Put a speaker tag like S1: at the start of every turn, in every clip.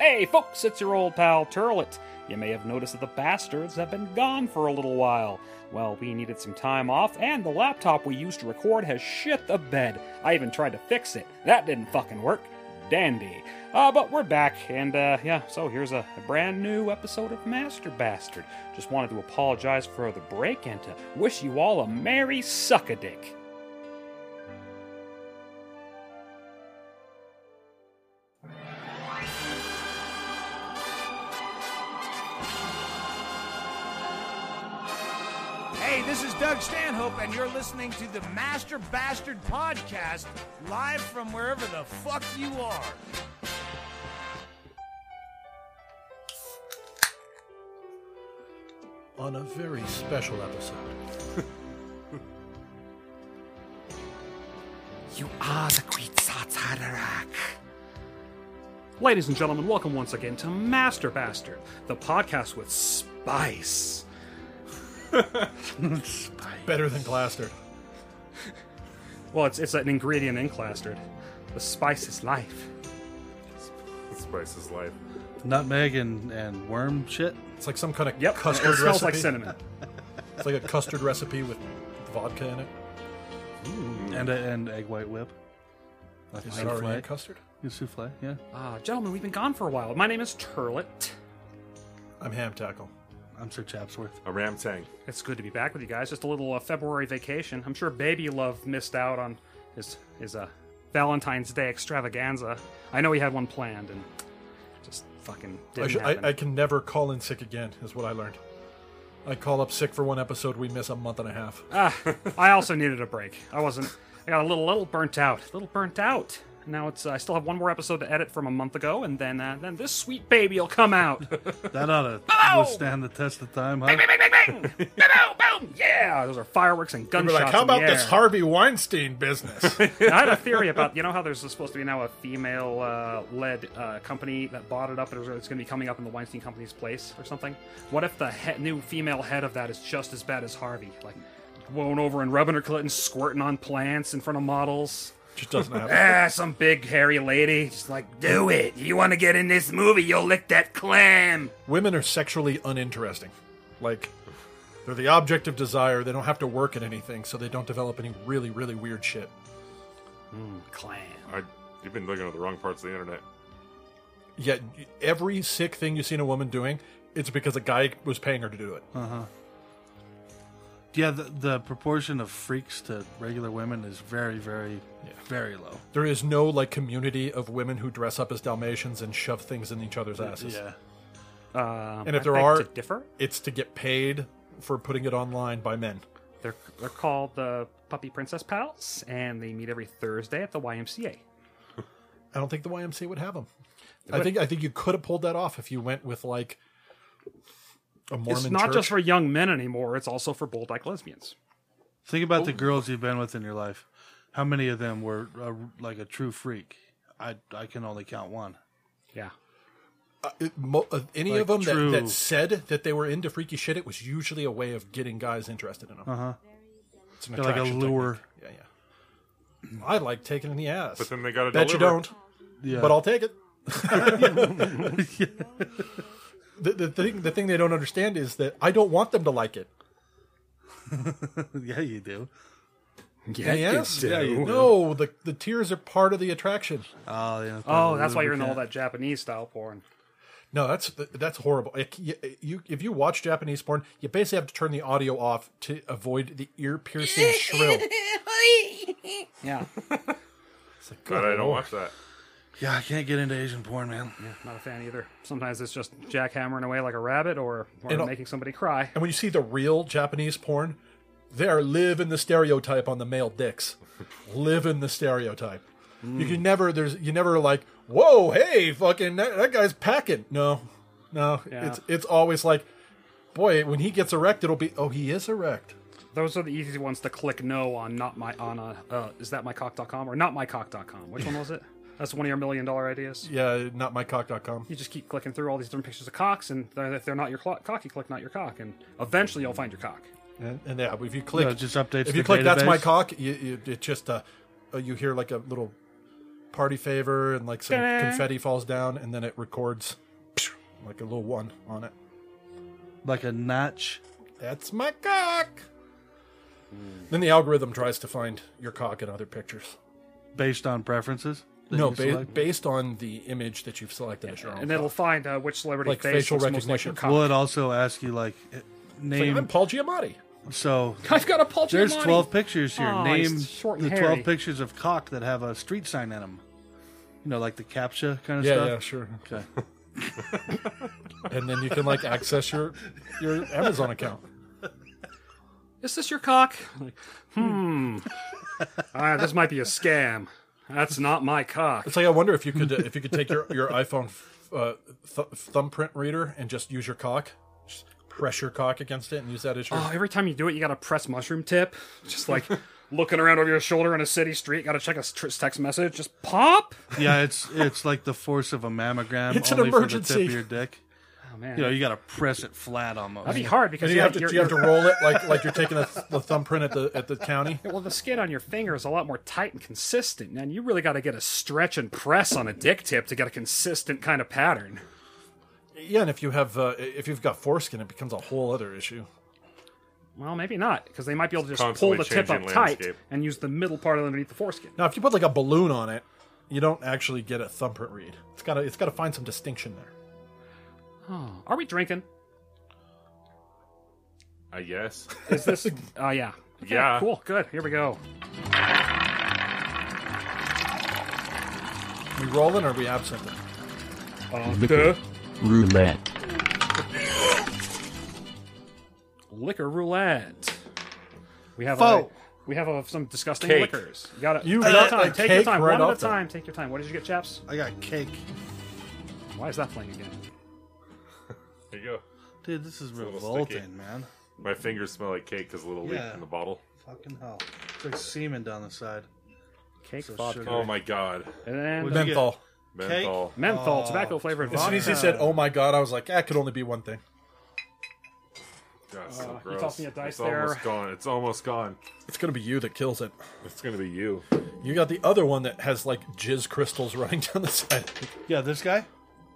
S1: Hey, folks, it's your old pal Turlet. You may have noticed that the bastards have been gone for a little while. Well, we needed some time off, and the laptop we used to record has shit the bed. I even tried to fix it. That didn't fucking work. Dandy. Uh, but we're back, and uh, yeah, so here's a, a brand new episode of Master Bastard. Just wanted to apologize for the break and to wish you all a merry suckadick.
S2: Hey, this is Doug Stanhope, and you're listening to the Master Bastard Podcast live from wherever the fuck you are.
S3: on a very special episode.
S4: You are the Quetzalcoatl.
S1: Ladies and gentlemen, welcome once again to Master Bastard, the podcast with spice.
S3: Better than Glaster.
S1: Well, it's, it's an ingredient in Clastered. The spice is life.
S5: Spice is life.
S6: nutmeg and, and worm shit.
S3: It's like some kind of
S1: Yep,
S3: custard
S1: it smells
S3: recipe.
S1: like cinnamon.
S3: It's like a custard recipe with vodka in it.
S6: And a, and egg white whip. Like a
S3: Is that already
S6: souffle.
S3: custard?
S6: A souffle, yeah.
S1: Uh, gentlemen, we've been gone for a while. My name is Turlet.
S3: I'm ham tackle.
S6: I'm Sir Chapsworth.
S1: Oh.
S5: A ram tang.
S1: It's good to be back with you guys. Just a little uh, February vacation. I'm sure Baby Love missed out on his his uh, Valentine's Day extravaganza. I know he had one planned and just fucking
S3: I,
S1: didn't
S3: should- I,
S1: happen.
S3: I can never call in sick again, is what I learned. I call up sick for one episode, we miss a month and a half.
S1: Ah, I also needed a break. I wasn't. I got a little, little burnt out. A little burnt out. Now it's. Uh, I still have one more episode to edit from a month ago, and then uh, then this sweet baby will come out.
S6: That ought
S1: Oh!
S6: to withstand the test of time, huh?
S1: bang, bang, bang, bang, boom, boom. Yeah, those are fireworks and gunshots. in the air.
S3: Harvey Weinstein business?
S1: I had a theory about you know how there's supposed to be now a female-led uh, company that bought it up, and it's going to be coming up in the Weinstein Company's place or something. What if the he- new female head of that is just as bad as Harvey, like going over and rubbing her clit and squirting on plants in front of models?
S3: Just doesn't happen.
S1: Ah, some big hairy lady. Just like, do it. You want to get in this movie, you'll lick that clam.
S3: Women are sexually uninteresting. Like, they're the object of desire. They don't have to work at anything, so they don't develop any really, really weird shit.
S1: Clam.
S5: I, you've been looking at the wrong parts of the internet.
S3: Yet, every sick thing you've seen a woman doing, it's because a guy was paying her to do it.
S6: Yeah, the, the proportion of freaks to regular women is very, very, very low.
S3: There is no like community of women who dress up as Dalmatians and shove things in each otother's asses.
S6: Yeah.
S1: Um,
S3: And if
S1: I
S3: there
S1: beg
S3: are-
S1: to differ,
S3: It's to get paid for putting it online by men.
S1: they're they're called the Puppy Princess Pals, and they meet every Thursday at the YMCA.
S3: I don't think the YMCA would have them. I think I think you could have pulled that off if you went with like a Mormon
S1: it's not
S3: church.
S1: just for young men anymore; it's also for bull-dyke lesbians.
S6: Think about
S1: Oh.
S6: the girls you've been with in your life. How many of them were uh, like a true freak? I, I can only count one.
S1: Yeah,
S3: It- mo- uh, any
S6: Like,
S3: of them that,
S6: true.
S3: that said that they were into freaky shit. It was usually a way of getting guys interested in them. Uh huh. It's an
S6: Uh-huh. They're like a
S3: attraction
S6: lure.
S3: technique. Yeah, yeah. I like taking in the ass.
S5: But then they got to
S3: Bet
S5: deliver.
S3: you don't.
S6: Yeah.
S3: but I'll take it. the, the thing the thing they don't understand is that I don't want them to like it.
S6: yeah, you do.
S1: yeah,
S3: yes, yeah, you no. The the tears are part of the attraction. Uh,
S6: Oh, yeah,
S1: Oh, that's why you're in all that Japanese style porn.
S3: No, that's that's horrible. Like, you, you- if you watch Japanese porn, you basically have to turn the audio off to avoid the ear piercing shrill.
S1: Yeah,
S5: God, I don't watch that.
S6: Yeah, I can't get into Asian porn, man.
S1: not a fan either. Sometimes it's just jackhammering away like a rabbit, or, or
S3: It'll-
S1: making somebody cry.
S3: And when you see the real Japanese porn, they are living the stereotype on the male dicks. living the stereotype. You can never there's you never like, whoa, hey, fucking that, that guy's packing. No. No. It's it's always like, boy, when he gets erect, it'll be oh he is erect.
S1: Those are the easy ones to click no on. Not my on a uh, is that my cock.com or not my cock.com? Which one was it? That's one of your million dollar ideas.
S3: Yeah, not mycock.com.
S1: You just keep clicking through all these different pictures of cocks, and they're, if they're not your clo- cock, you click not your cock, and eventually you'll find your cock.
S3: And, and yeah, if you click
S6: No, it just updates
S3: if you
S6: the
S3: click that's my
S6: database.
S3: cock, you, you it just uh, uh, you hear like a little party favor and like some confetti falls down and then it records like a little one on it.
S6: Like a notch.
S3: That's my cock.
S6: Hmm.
S3: Then the algorithm tries to find your cock in other pictures.
S6: based on preferences? that
S3: no,
S6: you
S3: ba-
S6: select?
S3: based on the image that you've selected as your own.
S1: and it'll find uh, which celebrity
S3: Like
S1: face
S3: facial
S1: looks most like your
S3: recognition.
S1: cock.
S6: Will it also ask you like eh,
S3: It's like, I'm
S6: name?
S3: Paul Giamatti.
S6: So
S1: I've got a pulpy
S6: there's twelve pictures here.
S1: Aw, he's
S6: name
S1: short and
S6: the
S1: hairy.
S6: twelve pictures of cock that have a street sign in them. You know, like the captcha kind of
S3: Yeah,
S6: stuff.
S3: yeah, sure.
S6: Okay.
S3: And then you can like access your your Amazon account.
S1: Is this your cock? Like, hmm. Ah, this might be a scam. That's not my cock.
S3: It's like I wonder if you could uh, if you could take your your iPhone uh, th- thumbprint reader and just use your cock, just press your cock against it and use that as your.
S1: Oh, every time you do it, you gotta press mushroom tip. Just like looking around over your shoulder in a city street, gotta check a tr- text message. Just pop.
S6: Yeah, it's it's like the force of a mammogram
S3: It's an
S6: only for the tip
S3: emergency.
S6: of your dick.
S1: Oh man,
S6: You know, you got to press it flat almost.
S1: that'd be hard
S3: and
S1: because
S3: you
S1: you
S3: have
S1: like, your,
S3: to you have to roll it like like you're taking a, th- the thumbprint at the at the county.
S1: well, the skin on your finger is a lot more tight and consistent, and you really gotta get a stretch and press on a dick tip to get a consistent kind of pattern.
S3: Yeah, and if you have uh, if you've got foreskin, it becomes a whole other issue.
S1: Well, maybe not, because they might be able to just
S5: Constantly
S1: pull the tip up
S5: changing
S1: tight
S5: landscape.
S1: and use the middle part underneath the foreskin.
S3: Now, if you put like a balloon on it, you don't actually get a thumbprint read. It's gotta it's gotta find some distinction there.
S1: Are we drinking?
S5: I guess.
S1: Is this? Oh yeah. Okay,
S5: Yeah.
S1: Cool. Good. Here we go.
S3: we rolling or are we absent?
S1: Duh.
S7: Roulette.
S1: liquor roulette. We have a,
S6: Faux.
S1: we have a, some disgusting
S5: Cake.
S1: liquors. You got to
S3: You
S1: take your
S3: got
S1: time.
S3: a
S1: Take your
S3: cake
S1: time.
S3: right
S1: One at a
S3: off the-
S1: time. Take your time. What did you get, chaps?
S6: I got cake.
S1: Why is that playing again?
S5: There you go.
S6: Dude, this is
S5: little sticky.
S6: revolting, man.
S5: My fingers smell like cake because a little
S6: Yeah.
S5: leak in the bottle.
S6: Fucking hell. It's like semen down the side.
S1: Cake,
S6: So
S1: vodka,
S6: sugar.
S5: Oh my god.
S1: and then
S6: What'd you get?
S3: Menthol.
S5: Menthol.
S1: menthol, tobacco flavored
S3: Oh, As soon
S1: vodka.
S3: as he said, "Oh my god," I was like, "That could only be one thing."
S5: God, it's so
S1: you
S5: gross.
S1: tossed me a dice
S5: it's almost
S1: there.
S5: gone. It's almost gone.
S3: It's gonna be you that kills it.
S5: It's gonna be you.
S3: You got the other one that has like jizz crystals running down the side.
S6: Yeah, this guy.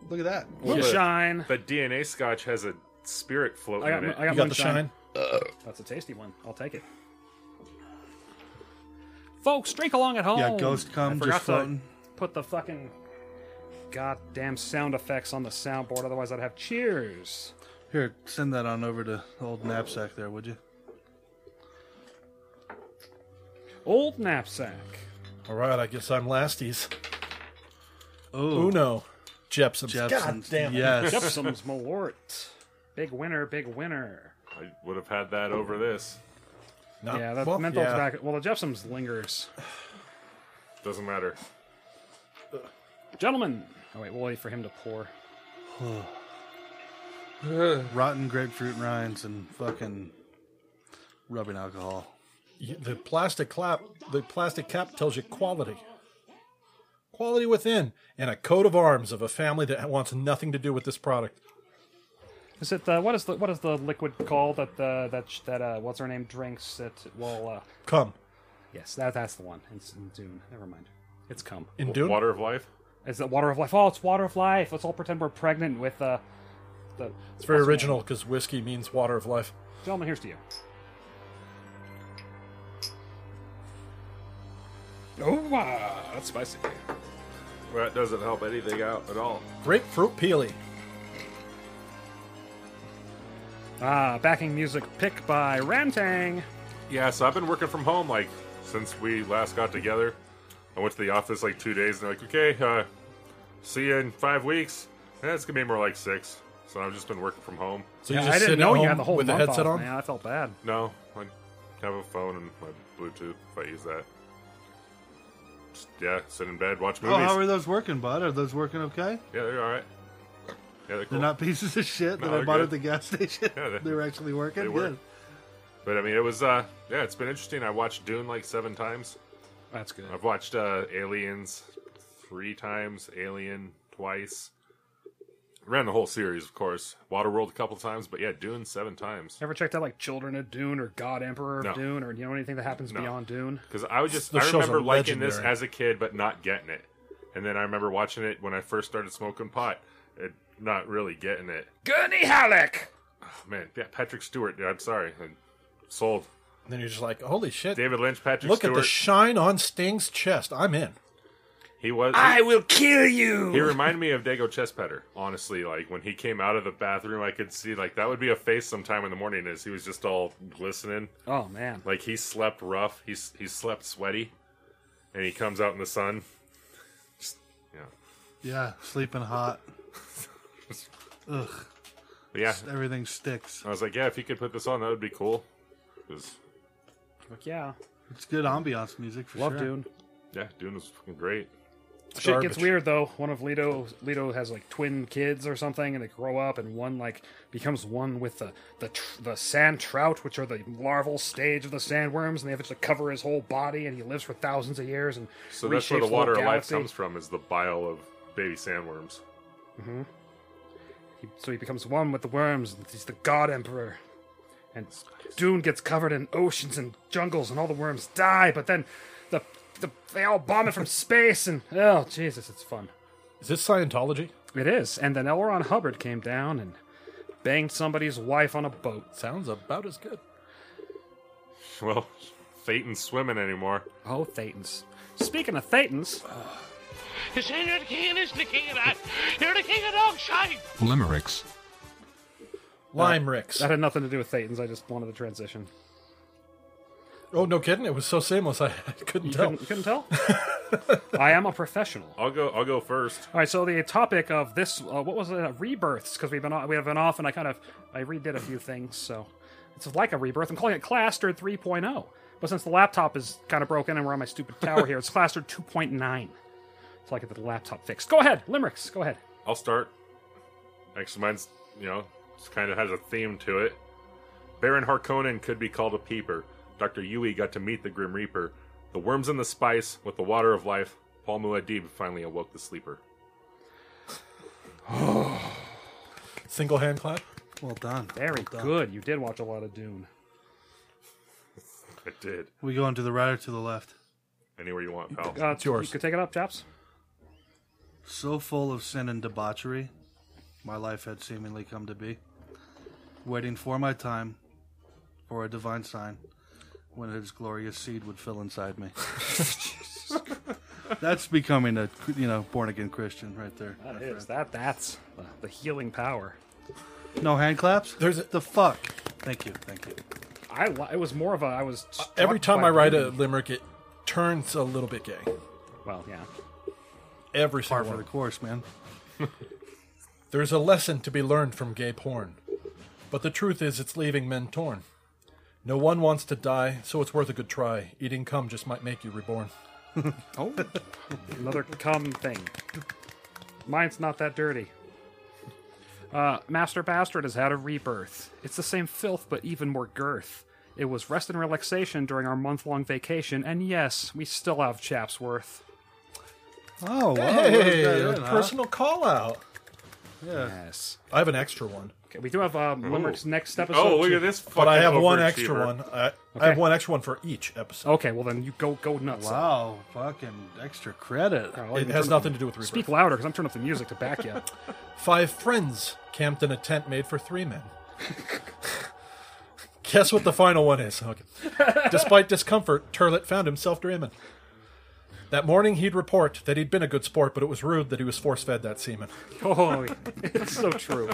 S6: Look at that.
S1: You shine.
S5: But DNA Scotch has a spirit floating
S1: I got,
S5: in it.
S1: I got,
S3: You got the
S1: moonshine.
S3: shine.
S1: That's a tasty one. I'll take it. Folks, drink along at home.
S6: Yeah, ghost
S1: Oh, I
S6: cum
S1: forgot
S6: just
S1: to
S6: floating.
S1: Put the fucking goddamn sound effects on the soundboard, otherwise I'd have cheers.
S6: Here, send that on over to old knapsack there, would you?
S1: Old knapsack.
S3: All right, I guess I'm lasties.
S6: Oh,
S3: Uno, Jepson. God
S6: Jepson's.
S3: damn it.
S6: Yes.
S1: Gypsum's Malort. Big winner, big winner.
S5: I would have had that over this.
S3: Not-
S1: yeah, that
S3: well,
S1: menthol
S3: yeah.
S1: tobacco. Well, the Gypsum's lingers.
S5: Doesn't matter.
S1: Gentlemen. Oh, wait, we'll wait for him to pour.
S6: Rotten grapefruit rinds and fucking rubbing alcohol.
S3: You- The plastic clap, the plastic cap tells you quality. Quality within, and a coat of arms of a family that wants nothing to do with this product.
S1: Is it uh, what is the what is the liquid called that uh, that sh- that uh, what's her name drinks that well uh,
S3: Come
S1: yes that that's the one it's in Dune never mind it's cum
S3: in Dune.
S5: Water of life.
S1: is it water of life oh it's water of life let's all pretend we're pregnant with uh the
S3: It's very original because whiskey means water of life.
S1: gentlemen here's to you oh wow that's spicy
S5: Well, that doesn't help anything out at all.
S3: Grapefruit peely.
S1: Ah, backing music pick by Ramtang.
S5: Yeah, so I've been working from home like since we last got together. I went to the office like two days and they're like, okay, uh, see you in five weeks. Eh, it's gonna be more like six. So I've just been working from home.
S3: So
S1: Yeah,
S3: you just
S1: I didn't
S3: sit at
S1: know you
S3: home
S1: had the whole
S3: with the
S1: month
S3: headset
S1: off,
S3: on.
S1: man. I felt bad.
S5: No, I have a phone and my Bluetooth if I use that. Just, yeah, sit in bed, watch
S6: Oh,
S5: movies.
S6: how are those working, bud? Are those working okay?
S5: yeah, they're all right. Yeah, they're cool.
S6: They're not pieces of shit
S5: No,
S6: that I
S5: they're
S6: bought
S5: good.
S6: at the gas station.
S5: Yeah, they-
S6: they, were actually working.
S5: they work. But I mean, it was uh, yeah, it's been interesting. I watched Dune like seven times.
S1: That's good.
S5: I've watched uh, Aliens three times, Alien twice. Ran the whole series, of course. Waterworld a couple times, but yeah, Dune seven times.
S1: Ever checked out like Children of Dune or God Emperor of
S5: No.
S1: Dune or you know anything that happens beyond Dune?
S5: Because I was just
S3: Those
S5: I
S3: shows
S5: remember
S3: are
S5: liking this
S3: legendary.
S5: as a kid, but not getting it. And then I remember watching it when I first started smoking pot and not really getting it.
S2: Gurney Halleck.
S5: Man, yeah, Patrick Stewart, dude, I'm sorry. And sold.
S3: And then you're just like, holy shit.
S5: David Lynch, Patrick
S3: Look at
S5: Stewart.
S3: the shine on Sting's chest. I'm in.
S5: he was
S1: Ah,
S2: I will kill you.
S5: He reminded me of Dago Chespetter, honestly. Like when he came out of the bathroom, I could see like that would be a face sometime in the morning as he was just all glistening.
S1: Oh man,
S5: Like he slept rough, he s- he slept sweaty, and he comes out in the sun. Just, yeah,
S6: Yeah, sleeping hot. Ugh,
S5: but yeah.
S6: everything sticks.
S5: I was like, yeah, if you could put this on, that would be cool. 'Cause,
S1: Fuck yeah,
S6: It's good ambiance music for
S1: love
S6: sure.
S1: Dune.
S5: yeah, Dune was fucking great.
S1: Shit
S3: Garbage.
S1: gets weird though. One of Leto Leto has like twin kids or something, and they grow up, and one like becomes one with the the tr- the sand trout, which are the larval stage of the sandworms, and they have to cover his whole body, and he lives for thousands of years. And
S5: So that's where the
S1: reshapes whole
S5: water of life
S1: galaxy.
S5: comes from is the bile of baby sandworms.
S1: He, so he becomes one with the worms. and He's the god emperor. And Dune gets covered in oceans and jungles, and all the worms die. But then the, the they all bomb it from space, and oh Jesus, it's fun.
S3: Is this Scientology?
S1: It is. And then L. Ron Hubbard came down and banged somebody's wife on a boat.
S3: Sounds about as good.
S5: Well, Phaeton's swimming anymore.
S1: Oh, Thetans. Speaking of Thetans,
S7: You're saying you're the king, is the king of that. You're the king of dog shite.
S8: Limericks.
S3: Lime Ricks.
S1: that had nothing to do with Thetans. I just wanted the transition.
S3: Oh, no kidding. It was so seamless. I couldn't
S1: You
S3: tell.
S1: couldn't, you couldn't tell? I am a professional.
S5: I'll go. I'll go first.
S1: All right, so the topic of this, uh, what was it? Uh, rebirths, because we've been off, we have been off, and I kind of I redid a few things, so it's like a rebirth. I'm calling it Clastered 3.0, oh, but since the laptop is kind of broken and we're on my stupid tower here, it's Clastered 2.9. So I get the laptop fixed. Go ahead, limericks. Go ahead.
S5: I'll start. Actually, mine's you know kind of has a theme to it. Baron Harkonnen could be called a peeper. Doctor Yui got to meet the Grim Reaper. The worms and the spice with the water of life. Paul Muad'Dib finally awoke the sleeper.
S3: Single hand clap.
S6: Well done.
S1: Very
S6: well done.
S1: good. You did watch a lot of Dune.
S5: I did.
S6: We go into the right or to the left.
S5: Anywhere you want, pal.
S1: Uh,
S3: It's yours.
S1: You could take it up, chaps.
S6: So full of sin and debauchery, my life had seemingly come to be. Waiting for my time, for a divine sign, when his glorious seed would fill inside me. That's becoming a you know born again Christian right there.
S1: That is that. That's the, the healing power.
S6: No hand claps.
S3: There's a-
S6: the fuck. Thank you, thank you.
S1: I li- it was more of a I was struck
S3: Every time
S1: by
S3: I write a
S1: beauty.
S3: limerick, it turns a little bit gay.
S1: well yeah
S3: Every
S6: Par
S3: single
S6: for the
S3: one.
S6: course, man.
S3: There's a lesson to be learned from gay porn. But the truth is, it's leaving men torn. No one wants to die, so it's worth a good try. Eating cum just might make you reborn.
S1: another cum thing. Mine's not that dirty. Uh, Master Bastard has had a rebirth. It's the same filth, but even more girth. It was rest and relaxation during our month-long vacation, and yes, we still have Chapsworth.
S6: Oh, wow.
S3: Hey,
S6: that
S3: a
S6: in, huh?
S3: personal call out.
S1: Yes.
S3: I have an extra one,
S1: Okay, we do have um, Limerick's next episode.
S5: oh, look
S1: too.
S5: at this fucking.
S3: but I have one
S5: overachiever.
S3: extra one. I, I have one extra one for each episode.
S1: Okay, well then you go go nuts.
S6: Wow, fucking extra credit.
S1: I'll
S3: It
S1: even
S3: has
S1: turn-
S3: nothing to do with rebirth.
S1: Oh, Speak louder, because I'm turning up the music to back you.
S3: Five friends camped in a tent made for three men. Guess what the final one is? Okay. Despite discomfort, Turlet found himself dreaming. That morning, he'd report that he'd been a good sport, but it was rude that he was force fed that semen.
S1: oh, it's so true.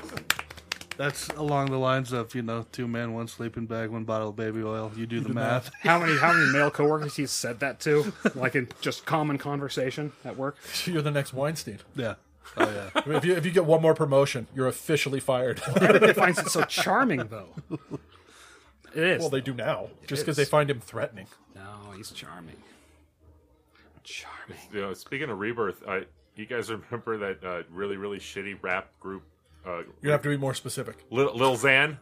S6: That's along the lines of you know two men, one sleeping bag, one bottle of baby oil. You do the, math.
S1: How many how many male coworkers he's said that to, like in just common conversation at work?
S3: You're the next Weinstein.
S6: yeah. Oh yeah.
S3: If you, if you get one more promotion, you're officially fired.
S1: Everybody finds it so charming, though. It is.
S3: well, they do now, just because they find him threatening.
S1: no, he's charming. Charming.
S5: You know, speaking of rebirth, I, you guys remember that uh, really really shitty rap group, uh,
S3: You have to be more specific.
S5: Lil, Lil Xan?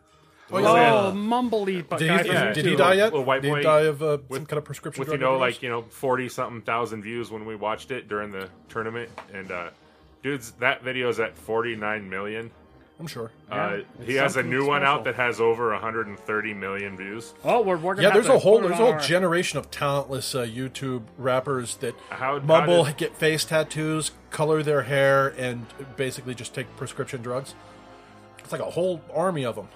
S1: Oh, mumbly but
S3: Did
S1: guy
S3: he,
S1: from
S5: yeah,
S3: did he
S5: dude.
S1: YouTube.
S3: die yet?
S5: Little white
S3: did
S5: boy
S3: he die of uh, some
S5: with-
S3: kind of prescription
S5: with you
S3: drug
S5: know
S3: overdose?
S5: like you know 40 something thousand views when we watched it during the tournament and uh dudes that video's at 49 million
S3: I'm sure.
S5: Uh,
S1: Yeah,
S5: he
S1: it's
S5: has a
S1: something
S5: new one out
S1: special.
S5: that has over 130 million views.
S1: Oh, we're, we're gonna
S3: Yeah,
S1: have
S3: there's
S1: to
S3: a whole
S1: put it
S3: there's a
S1: on
S3: whole
S1: our-
S3: generation of talentless uh, YouTube rappers that
S5: How- how
S3: mumble,
S5: did-
S3: get face tattoos, color their hair, and basically just take prescription drugs. It's like a whole army of them.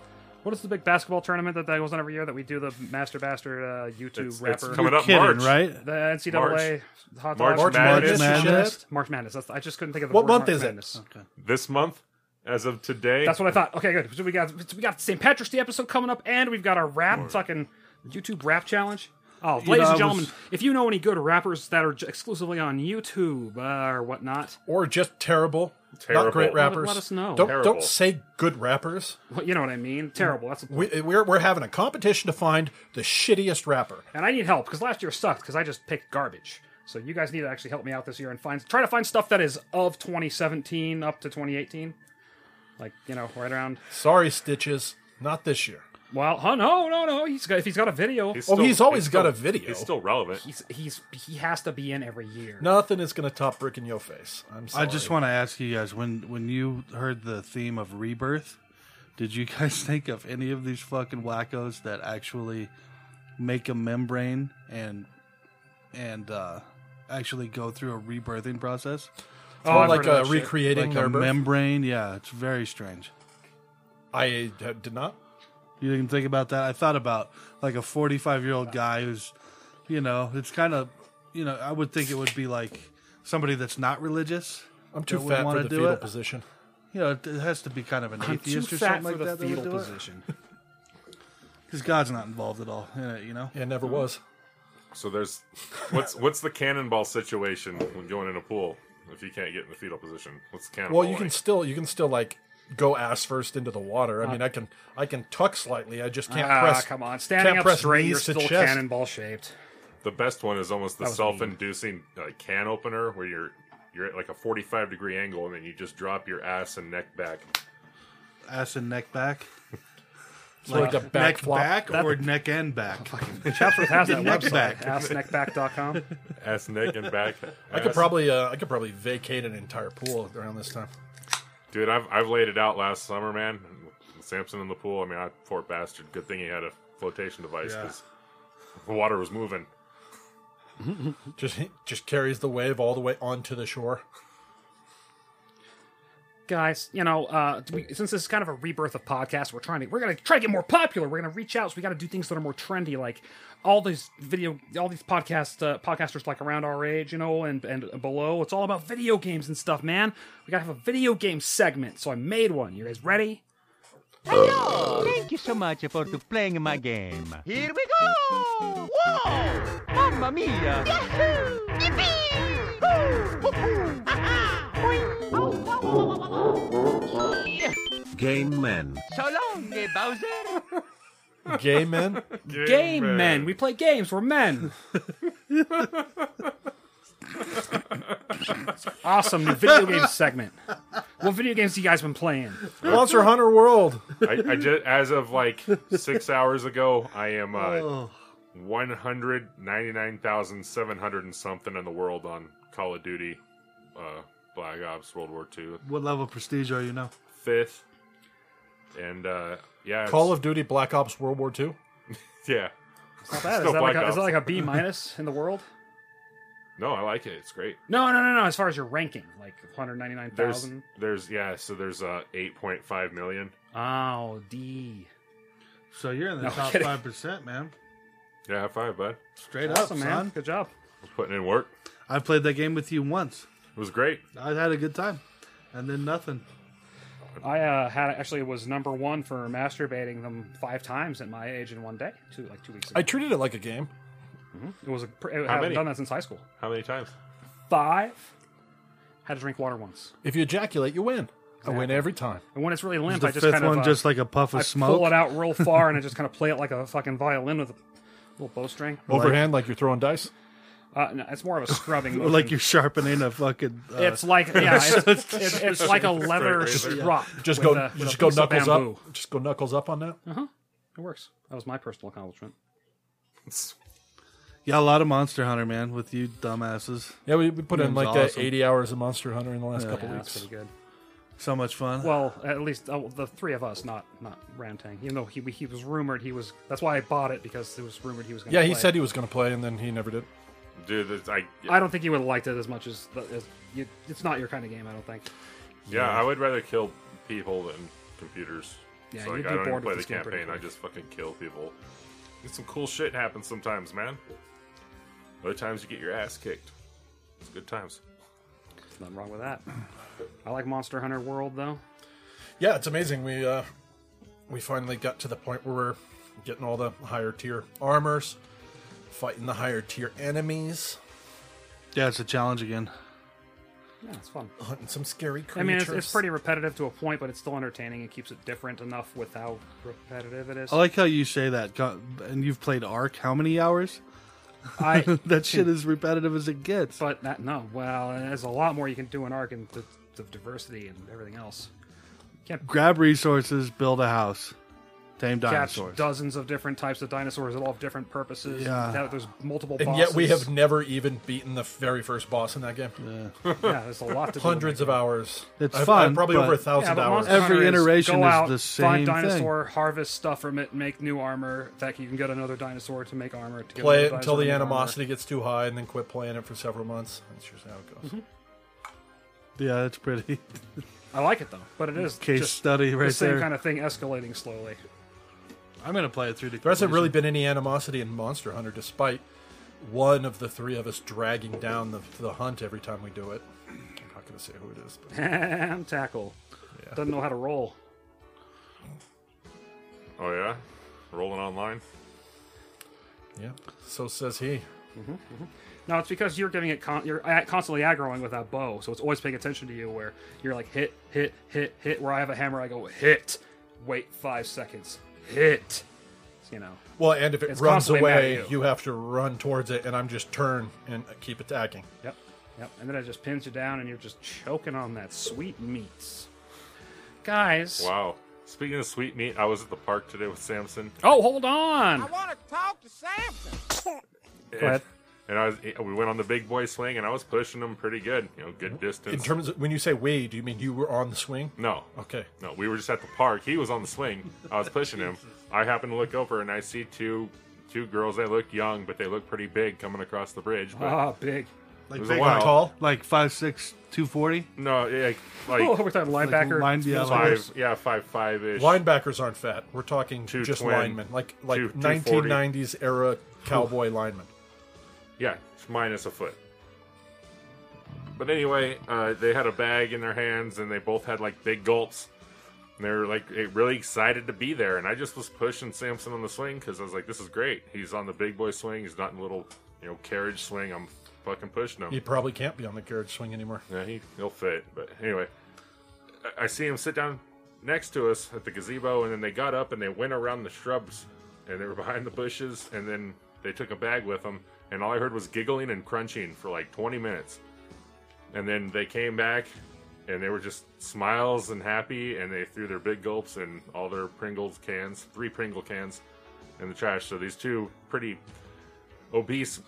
S1: What is the big basketball tournament that that goes on every year that we do the Master Bastard uh, YouTube
S5: It's, it's
S1: rapper?
S5: coming up
S6: Kidding,
S5: March,
S6: right?
S1: the NCAA hot
S5: March
S1: dog
S5: March Madness.
S3: Madness.
S6: Madness.
S1: March Madness. That's, I just couldn't think of the
S3: What
S1: word
S3: month
S1: March
S3: is it?
S1: Madness.
S5: This month, as of today.
S1: That's what I thought. Okay, good. So we got we got St. Patrick's Day episode coming up, and we've got our rap fucking YouTube rap challenge. Oh, ladies
S6: know, I
S1: and gentlemen,
S6: was-
S1: if you know any good rappers that are j- exclusively on YouTube uh, or whatnot,
S3: Or just terrible,
S5: Terrible.
S3: not great
S5: Let-
S3: rappers.
S1: let us know.
S3: Don't
S5: Terrible.
S3: don't say good rappers.
S1: well, you know what I mean. Terrible. That's the point.
S3: We, we're we're having a competition to find the shittiest rapper.
S1: and I need help because last year sucked because I just picked garbage. So you guys need to actually help me out this year and find try to find stuff that is of 2017 up to 2018, like you know right around.
S3: Sorry, Stitches, not this year.
S1: Well, oh no, no, no. He's got if he's got a video,
S5: He's
S3: Oh, he's always got
S5: still-
S3: a video.
S5: He's still relevant.
S1: he's he's he has to be in every year.
S3: Nothing is going to top brick in your face. I'm sorry.
S6: I just want to ask you guys when when you heard the theme of rebirth, did you guys think of any of these fucking wackos that actually make a membrane and and uh, actually go through a rebirthing process?
S1: oh,
S3: Or
S1: I've
S3: like
S1: heard of
S3: uh,
S1: that shit.
S3: recreating
S6: like
S3: their
S6: a
S3: birth.
S6: membrane, yeah, it's very strange.
S3: I uh, did not.
S6: You didn't think about that? I thought about like a 45 year old guy who's, you know, it's kind of, you know, I would think it would be like somebody that's not religious.
S3: I'm too
S6: that would
S3: fat for
S6: wanna
S3: the
S6: do
S3: fetal
S6: it.
S3: position.
S6: You know, it, it has to be kind of an
S1: I'm too
S6: atheist or
S1: fat
S6: something
S1: for
S6: like
S1: the
S6: that.
S1: fetal
S6: Because
S1: position.
S6: God's not involved at all in it, you know?
S3: Yeah, never was.
S5: So there's what's what's the cannonball situation when going in a pool if you can't get in the fetal position? What's the cannonball?
S3: Well, you can
S5: like?
S3: still you can still like go ass first into the water. I
S6: Uh,
S3: mean, I can I can tuck slightly. I just can't
S1: Ah,
S3: press.
S1: come on, standing
S3: can't
S1: up
S3: press
S1: straight, you're
S3: knees to
S1: still
S3: chest.
S1: cannonball shaped.
S5: the best one is almost the
S1: was mean.
S5: self-inducing uh, can opener where you're you're at like a 45 degree angle and then you just drop your ass and neck back.
S6: Ass and neck back.
S3: It's like a back
S6: neck
S3: flop.
S6: back or neck and back.
S1: Chatsworth has that
S6: Neck
S1: website,
S6: back.
S1: assneckback.com.
S5: Ass, neck, and back.
S3: I could
S5: Ass.
S3: probably uh, I could probably vacate an entire pool around this time.
S5: dude. I've I've laid it out last summer, man. Samson in the pool. I mean, I poor bastard. Good thing he had a flotation device
S6: Yeah.
S5: because the water was moving.
S3: Just just carries the wave all the way onto the shore.
S1: Guys, you know, uh, we, since this is kind of a rebirth of podcasts, we're trying to we're gonna try to get more popular. We're gonna reach out, so we got to do things that are more trendy, like all these video, all these podcast uh, podcasters like around our age, you know, and and below. It's all about video games and stuff, man. We gotta have a video game segment, so I made one. You guys ready?
S9: Thank you so much for to playing my game. Here we go! Whoa! Mamma mia! Yahoo! Yippee! Hoo! Woohoo! Ha-ha! Boing!
S8: Game men.
S9: So long, eh, Bowser!
S3: Gay men.
S1: Game men. We play games. We're men. awesome new video game segment. What video games you guys been playing?
S3: Monster Hunter World.
S5: I, I just as of like six hours ago, I am
S3: Oh.
S5: uh, one hundred ninety nine thousand seven hundred and something in the world on Call of Duty, uh, Black Ops World War Two,
S6: What level of prestige are you now?
S5: fifth, and uh, yeah,
S3: Call
S5: it's-
S3: of Duty Black Ops World War Two.
S5: yeah.
S1: Not bad. Is
S5: Still
S1: that, like
S5: Black
S1: a, is that
S5: Ops.
S1: like a B minus in the world?
S5: No, I like it. It's great.
S1: No, no, no, no. As far as your ranking, like
S5: There's
S1: 199,000.
S5: there's yeah. So there's uh eight point five million.
S1: Oh, D.
S6: So you're in the
S1: No,
S6: top
S1: kidding.
S6: 5%, man.
S5: Yeah, high five, bud.
S6: Straight
S1: Awesome,
S6: up,
S1: man.
S6: son.
S1: Good job.
S5: We're putting in work.
S6: I played that game with you once.
S5: It was great.
S6: I had a good time. And then nothing.
S1: I uh, had actually was number one for masturbating them five times at my age in one day, two like two weeks ago.
S3: I treated it like a game.
S1: it was a, pr- I haven't
S5: many?
S1: done that since high school.
S5: How many times?
S1: Five. Had to drink water once.
S3: If you ejaculate, you win. I win every time.
S1: And when it's really limp,
S6: The
S1: I just
S6: fifth
S1: kind of
S6: one,
S1: uh,
S6: just like a puff of
S1: I
S6: smoke.
S1: pull it out real far and I just kind of play it like a fucking violin with a little bowstring.
S3: Overhand, like you're throwing dice.
S1: Uh, no, it's more of a scrubbing.
S6: Or
S1: motion.
S6: like you're sharpening a fucking. Uh,
S1: It's like yeah, it's, it's, it's like a leather
S5: razor.
S1: strop.
S3: Just
S1: with
S3: go,
S1: a- with a
S3: just go
S1: piece of
S3: knuckles
S1: bamboo.
S3: up. Just go knuckles up on that.
S1: It works. That was my personal accomplishment.
S6: yeah, a lot of Monster Hunter, man, with you dumbasses.
S3: Yeah, we, we put in
S6: Game's
S3: like that
S6: awesome.
S3: 80 hours of Monster Hunter in the last couple
S1: Yeah, that's
S3: weeks.
S1: pretty good.
S6: So much fun.
S1: Well, at least uh, the three of us, not not Ramtang. Even though he he was rumored he was. That's why I bought it because it was rumored he was. going to
S3: Yeah, he said he was going to play, and then he never did.
S5: Dude, this- I, yeah,
S1: I don't think you would have liked it as much as, as you, it's not your kind of game. I don't think.
S5: I would rather kill people than computers.
S1: Yeah,
S5: so
S1: you'd
S5: like,
S1: be
S5: I don't even
S1: bored with
S5: play the
S1: this game pretty
S5: campaign. I
S1: quick.
S5: just fucking kill people. Some cool shit happens sometimes, man. Other times you get your ass kicked. It's good times.
S1: There's nothing wrong with that. I like Monster Hunter World though.
S3: Yeah, it's amazing. We uh, we finally got to the point where we're getting all the higher tier armors, fighting the higher tier enemies,
S6: yeah, it's a challenge again.
S1: Yeah, it's fun.
S3: hunting some scary
S1: I
S3: creatures.
S1: mean, it's, it's pretty repetitive to a point, but it's still entertaining. It keeps it different enough with how repetitive it is.
S3: Oh.
S6: I like how you say that, God, and you've played Ark how many hours?
S1: I,
S6: That
S3: Hmm.
S6: shit is repetitive as it gets.
S1: but that, no, well, there's a lot more you can do in Ark and the, the diversity and everything else.
S6: Grab resources, build a house, tame
S1: Catch
S6: dinosaurs.
S1: dozens of different types of dinosaurs that all have different purposes.
S6: Yeah.
S1: That- there's multiple.
S3: And
S1: bosses.
S3: yet we have never even beaten the very first boss in that game.
S1: yeah, there's a lot to do in
S3: Hundreds of hours.
S6: It's
S3: I've-
S6: fun,
S3: I've probably
S6: but-
S3: over a
S1: Yeah,
S3: thousand
S1: but
S3: hours.
S1: Monster
S6: Every
S1: Hunter is
S6: iteration
S1: go
S6: is
S1: out,
S6: the
S1: Find
S6: same
S1: dinosaur, harvest stuff from it, make new armor. That you can get another dinosaur to make armor. To get
S3: Play
S1: another
S3: it until
S1: dinosaur to
S3: the
S1: make armor.
S3: animosity gets too high, and then quit playing it for several months. That's just how it goes.
S6: Mm-hmm. yeah, that's pretty.
S1: I like it though, but it is
S6: Case
S1: just
S6: study
S1: the
S6: right
S1: same
S6: there.
S1: kind of thing, escalating slowly.
S6: I'm gonna play it through. To
S3: There hasn't really been any animosity in Monster Hunter, despite one of the three of us dragging down the, the hunt every time we do it. I'm not going to say who it is. But
S1: And tackle doesn't know how to roll.
S5: Oh yeah, rolling online.
S3: yeah, so says he.
S1: No, it's because you're giving it. Con- you're a- constantly aggroing with that bow, so it's always paying attention to you. Where you're like hit, hit, hit, hit. Where I have a hammer, I go hit. Wait five seconds. Hit. You know.
S3: Well, and if it
S1: It's
S3: runs
S1: constantly mad at
S3: away,
S1: you.
S3: you. have to run towards it, and I'm just turn and keep attacking.
S1: Yep. Yep. And then it just pins you down, and you're just choking on that sweet meats. Guys.
S5: Wow. Speaking of sweet meat, I was at the park today with Samson.
S1: Oh, hold on.
S2: want to talk to Samson.
S5: Go
S1: ahead.
S5: And I was, we went on the big boy swing, and I was pushing him pretty good. You know, good distance.
S3: In terms of when you say we, do you mean you were on the swing?
S5: no,
S3: Okay.
S5: no, we were just at the park. He was on the swing. I was pushing him. I happened to look over, and I see two two girls. They look young, but they look pretty big coming across the bridge. But
S1: Ah, big.
S5: it
S6: like
S5: was a
S6: big,
S5: while.
S3: Tall?
S6: like five six two forty.
S5: No, yeah, like,
S1: Oh,
S5: like
S1: we're talking linebacker.
S6: mind- yeah,
S5: five, yeah, five five ish.
S3: Linebackers aren't fat. We're talking
S5: Two
S3: just
S5: twin.
S3: linemen, like like
S5: Two- 240.
S3: 1990s era cowboy linemen.
S5: Yeah, it's minus a foot. But anyway, uh, they had a bag in their hands and they both had like big gulps. And they were like eh, really excited to be there. And I just was pushing Samson on the swing because I was like, this is great. He's on the big boy swing. He's not in the little, you know, carriage swing. I'm fucking pushing him.
S3: He probably can't be on the carriage swing anymore.
S5: Yeah, he, he'll fit. But anyway, I- I see him sit down next to us at the gazebo, and then they got up and they went around the shrubs, and they were behind the bushes, and then they took a bag with them, and all I heard was giggling and crunching for like 20 minutes. And then they came back, and they were just smiles and happy, and they threw their big gulps and all their Pringles cans, three Pringle cans, in the trash. So these two pretty obese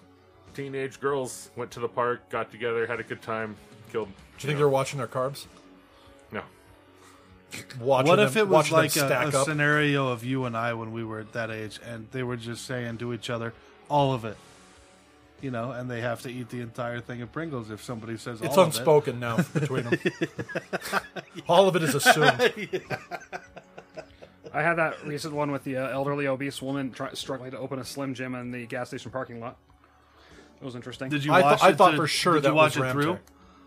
S5: teenage girls went to the park, got together, had a good time, killed.
S3: Do you think they're watching their carbs?
S5: No.
S3: Watching
S6: What
S3: them,
S6: if it was
S3: watching them
S6: like a,
S3: stack
S6: a
S3: up?
S6: scenario of you and I when we were at that age, and they were just saying to each other all of it, you know, and they have to eat the entire thing of Pringles if somebody says
S3: It's
S6: all of it.
S3: unspoken now between them. All of it is assumed.
S1: I had that recent one with the uh, elderly obese woman try- struggling to open a Slim Jim in the gas station parking lot. It was interesting.
S6: Did you?
S3: I,
S6: watch
S3: th- I
S6: it
S3: thought
S6: to-
S3: for sure
S6: did
S3: that
S6: you watch
S3: was
S6: it
S3: Ramtech.
S6: through.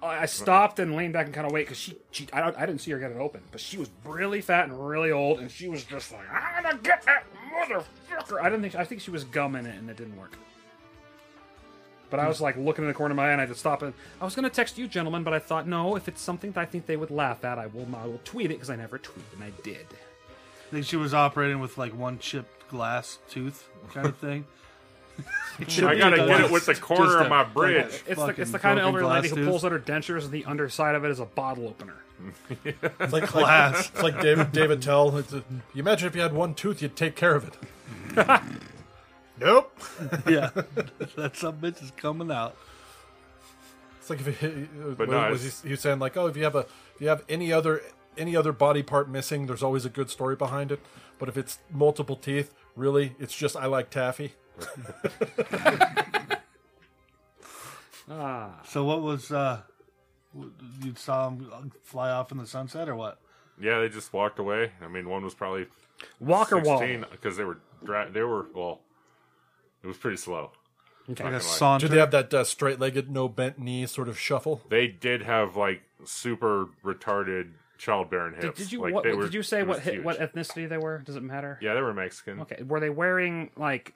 S1: I I stopped and leaned back and kind of wait because she, she I, don't, I didn't see her get it open, but she was really fat and really old, and she was just like, "I'm gonna get that motherfucker." I didn't think I think she was gumming it, and it didn't work. But I was like looking in the corner of my eye, and I had to stop it. I was gonna text you, gentlemen, but I thought no, if it's something that I think they would laugh at, I will I will tweet it because I never tweet, and I did.
S6: I think she was operating with like one chipped glass tooth kind of thing.
S5: I gotta get it with the corner
S6: Just
S5: of
S6: a-
S5: my bridge.
S1: It's the, it's
S6: Fucking
S1: the kind of
S6: broken
S1: elderly lady
S6: glass
S1: who
S6: tooth.
S1: pulls out her dentures, and the underside of it is a bottle opener.
S3: It's like,
S6: Glass.
S3: it's like David, David Tell. It's a- you imagine if you had one tooth, you'd take care of it. nope.
S6: yeah, that some bitch is coming out.
S3: It's like if he,
S5: But
S3: was,
S5: no,
S3: was
S5: it's-
S3: he, he was saying like, oh, if you have a, if you have any other, any other body part missing, there's always a good story behind it. But if it's multiple teeth, really, it's just I like taffy.
S5: Ah.
S6: So what was uh w- you saw him uh, fly off in the sunset or what?
S5: Yeah, they just walked away. I mean, one was probably
S1: Walker wall.
S5: sixteen because they were dra- they were well, it was pretty slow.
S6: Like a
S5: Kinda like-
S6: saunter.
S3: Did they have that uh, straight-legged, no bent knee sort of shuffle?
S5: They did have like super retarded childbearing
S1: Did,
S5: hips.
S1: did you
S5: like,
S1: what,
S5: they were-
S1: did you say
S5: it was
S1: what hit,
S5: huge.
S1: what ethnicity they were? Does it matter?
S5: Yeah, they were Mexican
S1: Okay. Were they wearing like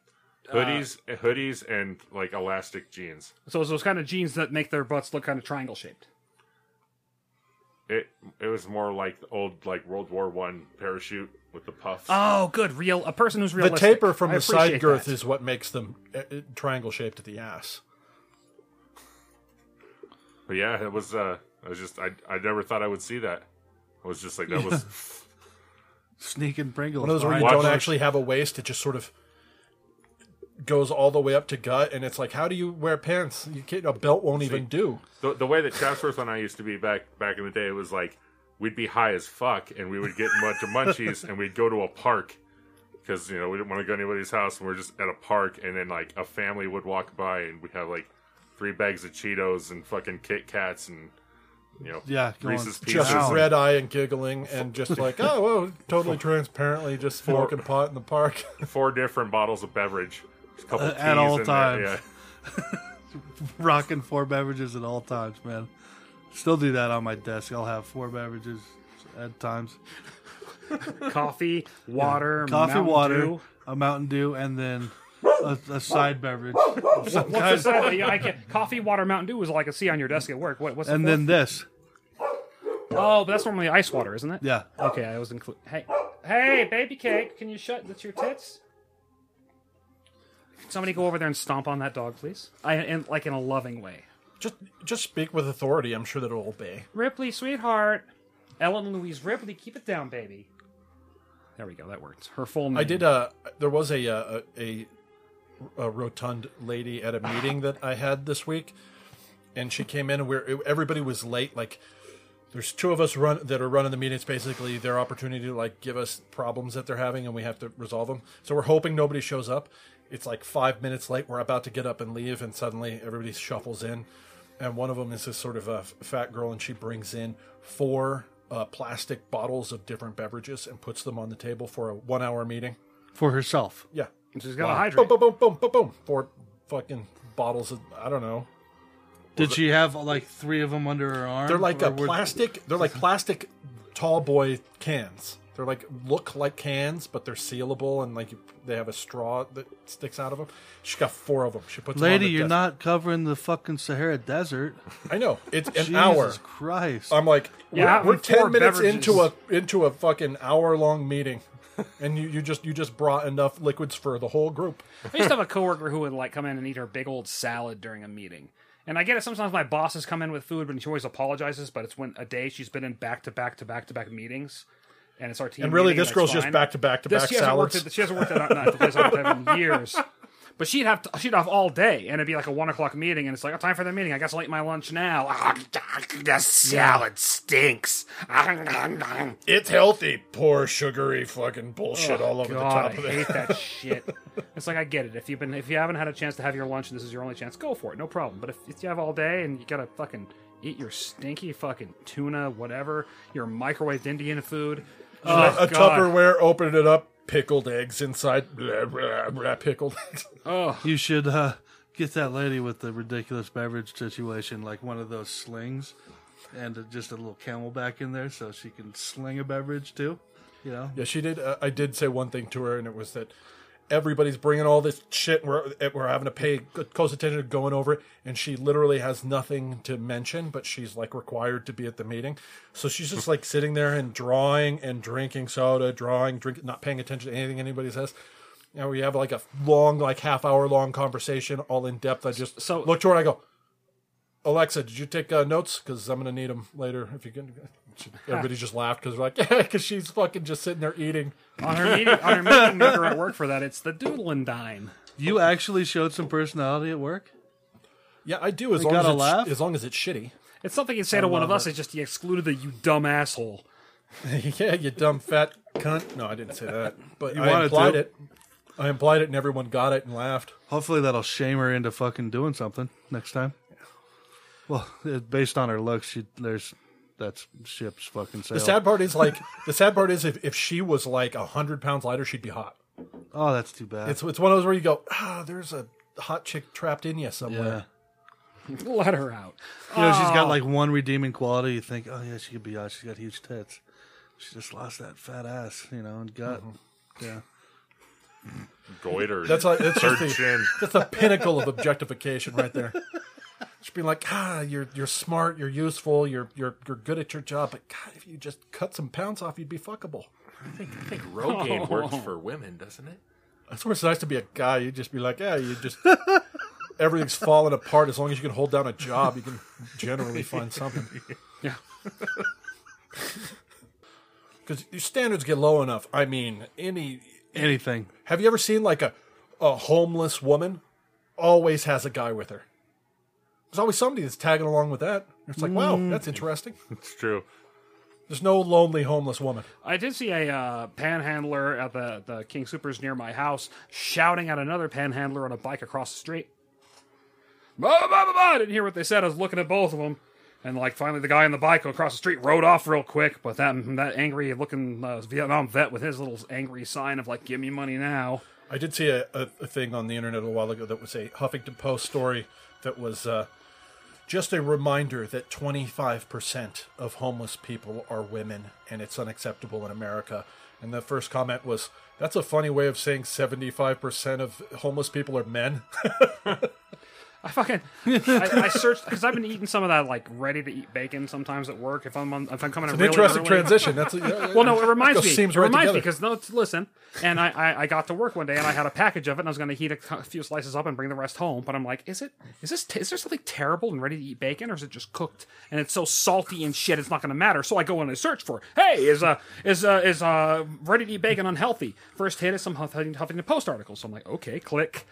S5: hoodies, hoodies, and like elastic jeans.
S1: so it's those kind of jeans that make their butts look kind of triangle shaped?
S5: It it was more like the old like World War One parachute with the puffs.
S1: Oh, good. Real a person who's
S3: The
S1: realistic.
S3: taper from
S1: I
S3: the side
S1: appreciate
S3: girth
S1: that.
S3: is what makes them triangle shaped at the ass.
S5: But yeah, it was. Uh, I was just. I I never thought I would see that. I was just like that was.
S6: Sneaking Pringles.
S3: One of those where you
S5: Watch
S6: behind-
S3: don't
S5: it.
S3: actually have a waist; it just sort of goes all the way up to gut, and it's like, how do you wear pants? You can't, a belt won't even do.
S5: The, the way that Chatsworth and I used to be back back in the day was like we'd be high as fuck and we would get a bunch of munchies and we'd go to a park because you know we didn't want to go to anybody's house and we are just at a park and then like a family would walk by and we'd have like three bags of Cheetos and fucking Kit Kats and you know
S6: Yeah, go on.
S5: Reese's Pieces.
S3: Just
S6: Wow.
S5: and-
S3: red eye and giggling, and just like, oh, well, totally transparently, just smoking pot in the park.
S5: four different bottles of beverage. A couple
S6: Uh,
S5: teas
S6: at all
S5: in there,
S6: times.
S5: yeah.
S6: rocking four beverages at all times, man. Still do that on my desk. I'll have four beverages at times.
S1: coffee, water,
S6: Coffee,
S1: Mountain
S6: water,
S1: Dew.
S6: a Mountain Dew, and then a, a side beverage. of some kind.
S1: What's the side? Yeah, I can't- coffee, water, Mountain Dew is all I can see on your desk at work. What, what's the
S6: And then this.
S1: fourth? oh, but that's normally ice water, isn't it?
S6: Yeah.
S1: Okay, I was included. Hey, hey, baby cake, can you shut? That's your tits. Can somebody go over there and stomp on that dog, please? I and like in a loving way.
S3: Just, just speak with authority. I'm sure that it'll obey.
S1: Ripley, sweetheart, Ellen Louise Ripley, keep it down, baby. There we go. That worked. Her full name.
S3: I did. Uh, there was a uh, a, a a rotund lady at a meeting that I had this week, and she came in and we are everybody was late. Like, there's two of us run that are running the meeting. It's basically their opportunity to like give us problems that they're having, and we have to resolve them. So we're hoping nobody shows up. It's like five minutes late. We're about to get up and leave, and suddenly everybody shuffles in, and one of them is this sort of a f- fat girl, and she brings in four. Uh, plastic bottles of different beverages and puts them on the table for a one hour meeting.
S6: For herself.
S3: Yeah.
S1: She's got to
S3: Boom,
S1: hydrate.
S3: boom, boom, boom, boom, boom. Four fucking bottles of I don't know.
S6: Did she have like three of them under her arm?
S3: They're like
S6: Or
S3: a
S6: were-
S3: plastic. They're like plastic tall boy cans. They're like look like cans, but they're sealable and like you, they have a straw that sticks out of them. She got four of them. She puts. them on
S6: Lady,
S3: the
S6: you're
S3: desk.
S6: not covering the fucking Sahara Desert.
S3: I know. It's an
S6: Jesus
S3: hour. Um,
S6: Christ.
S3: I'm like,
S1: Yeah,
S3: we're, we're
S1: with four
S3: ten minutes
S1: beverages.
S3: into a into a fucking hour long meeting, and you, you just you just brought enough liquids for the whole group.
S1: I used to have a coworker who would like come in and eat her big old salad during a meeting. And I get it. Sometimes my bosses come in with food, but she always apologizes. But it's when a day she's been in back to back to back to back meetings, and it's our team.
S3: And really,
S1: meeting,
S3: this
S1: that's
S3: girl's just
S1: fine.
S3: back to back to
S1: This-
S3: back
S1: she hasn't worked
S3: salads.
S1: at- She hasn't worked at, not at the place I worked at in years. But she'd have to, she'd have all day, and it'd be like a one o'clock meeting, and it's like oh, time for the meeting. I guess I'll eat my lunch now.
S7: The Ah, salad stinks. Ah,
S3: It's healthy. Poor sugary fucking bullshit all over
S1: Oh, God,
S3: the top
S1: I
S3: of it.
S1: hate that shit. It's like I get it. If you've been, if you haven't had a chance to have your lunch and this is your only chance, go for it. No problem. But if, if you have all day and you gotta fucking eat your stinky fucking tuna, whatever, your microwaved Indian food, oh,
S3: a
S1: God.
S3: Tupperware, opened it up, pickled eggs inside. Blah, blah, blah, pickled eggs.
S6: You should uh, get that lady with the ridiculous beverage situation, like one of those slings, and uh, just a little camelback in there, so she can sling a beverage too. You know,
S3: Yeah, she did. Uh, I did say one thing to her, and it was that everybody's bringing all this shit. And we're and we're having to pay good- close attention to going over it, and she literally has nothing to mention, but she's like required to be at the meeting, so she's just like sitting there and drawing and drinking soda, drawing, drinking, not paying attention to anything anybody says. Now we have like a long, like half hour long conversation, all in depth. I just
S1: So-
S3: look to her and I go. Alexa, did you take uh, notes? Because I'm gonna need them later. If you can, She- everybody just laughed because they're like, yeah, because she's fucking just sitting there eating.
S1: on her meeting, on her meeting maker at work for that, it's the doodle and dime.
S6: you actually showed some personality at work.
S3: Yeah, I do. As
S6: They
S3: long as
S6: gotta
S3: it's,
S6: laugh?
S3: as long as it's shitty.
S1: It's something you'd say to one of us. It's just you excluded the you dumb asshole.
S3: yeah, you dumb fat cunt. No, I didn't say that, but
S6: You
S3: I
S6: wanted
S3: implied
S6: to.
S3: it. I implied it, and everyone got it and laughed.
S6: Hopefully that'll shame her into fucking doing something next time. Well, it- based on her looks, she there's that's ship's fucking sail.
S3: The sad part is like the sad part is if, if she was like a hundred pounds lighter, she'd be hot.
S6: oh, that's too bad.
S3: It's it's one of those where you go, ah, there's a hot chick trapped in you somewhere.
S1: Let her out.
S6: you know, she's
S3: Oh.
S6: got like one redeeming quality. You think, oh yeah, she could be hot. She's got huge tits. She just lost that fat ass, you know, and got
S3: Mm-hmm.
S6: yeah.
S5: Goiter.
S3: That's like that's
S5: third
S3: just the,
S5: chin.
S3: that's the pinnacle of objectification right there. She'd be like, ah, you're you're smart, you're useful, you're you're you're good at your job, but God, if you just cut some pounds off, you'd be fuckable.
S10: I think Rogaine
S6: Oh.
S10: works for women, doesn't it?
S3: That's where it's nice to be a guy. You'd just be like, yeah, you just everything's falling apart. As long as you can hold down a job, you can generally find something.
S1: Yeah.
S3: Because your standards get low enough. I mean, any
S6: Anything.
S3: have you ever seen like a a homeless woman always has a guy with her? There's always somebody that's tagging along with that. It's like, wow, that's interesting.
S5: It's true.
S3: There's no lonely homeless woman.
S1: I did see a uh, panhandler at the the King Supers near my house shouting at another panhandler on a bike across the street. Bah, bah, bah, bah. I didn't hear what they said. I was looking at both of them, and like finally, the guy on the bike across the street rode off real quick. But that that angry looking uh, Vietnam vet with his little angry sign of like "Give me money now."
S3: I did see a, a, a thing on the internet a while ago that was a Huffington Post story that was uh, just a reminder that 25% of homeless people are women and it's unacceptable in America. And the first comment was, that's a funny way of saying 75% of homeless people are men.
S1: I fucking I, I searched because I've been eating some of that like ready to eat bacon sometimes at work if I'm on, if I'm coming.
S3: An
S1: really
S3: interesting
S1: early.
S3: transition. That's
S1: Well, no, it reminds
S3: goes-
S1: me.
S3: seems
S1: it
S3: right
S1: reminds me
S3: together.
S1: because no, it's- listen. And I, I, I got to work one day and I had a package of it and I was going to heat a cu- few slices up and bring the rest home. But I'm like, is it? Is this? Is there something terrible and ready to eat bacon, or is it just cooked and it's so salty and shit? It's not going to matter. So I go in and search for, it. hey, is uh is uh is uh ready to eat bacon unhealthy? First hit is some Huff- Huffington Post article. So I'm like, okay, click,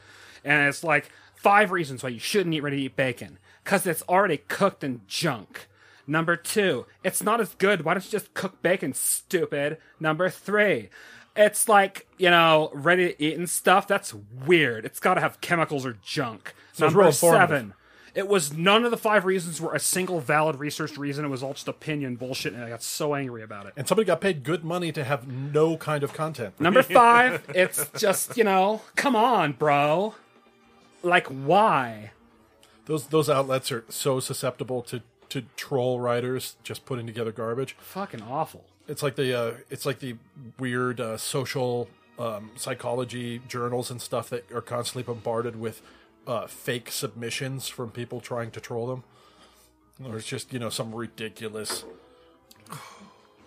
S1: and it's like five reasons why you shouldn't eat ready to eat bacon because it's already cooked and junk. Number two, it's not as good. Why don't you just cook bacon, stupid? Number three, it's like, you know, ready to eat and stuff. That's weird. It's got to have chemicals or junk.
S3: it's real
S1: Number
S3: informative.
S1: seven, it was none of the five reasons were a single valid research reason. It was all just opinion bullshit, and I got so angry about it.
S3: And somebody got paid good money to have no kind of content.
S1: Number five, it's just, you know, come on, bro. Like, why?
S3: Those those outlets are so susceptible to, to troll writers just putting together garbage.
S1: Fucking awful.
S3: it's like the uh, it's like the weird uh, social um, psychology journals and stuff that are constantly bombarded with uh, fake submissions from people trying to troll them, or it's just you know some ridiculous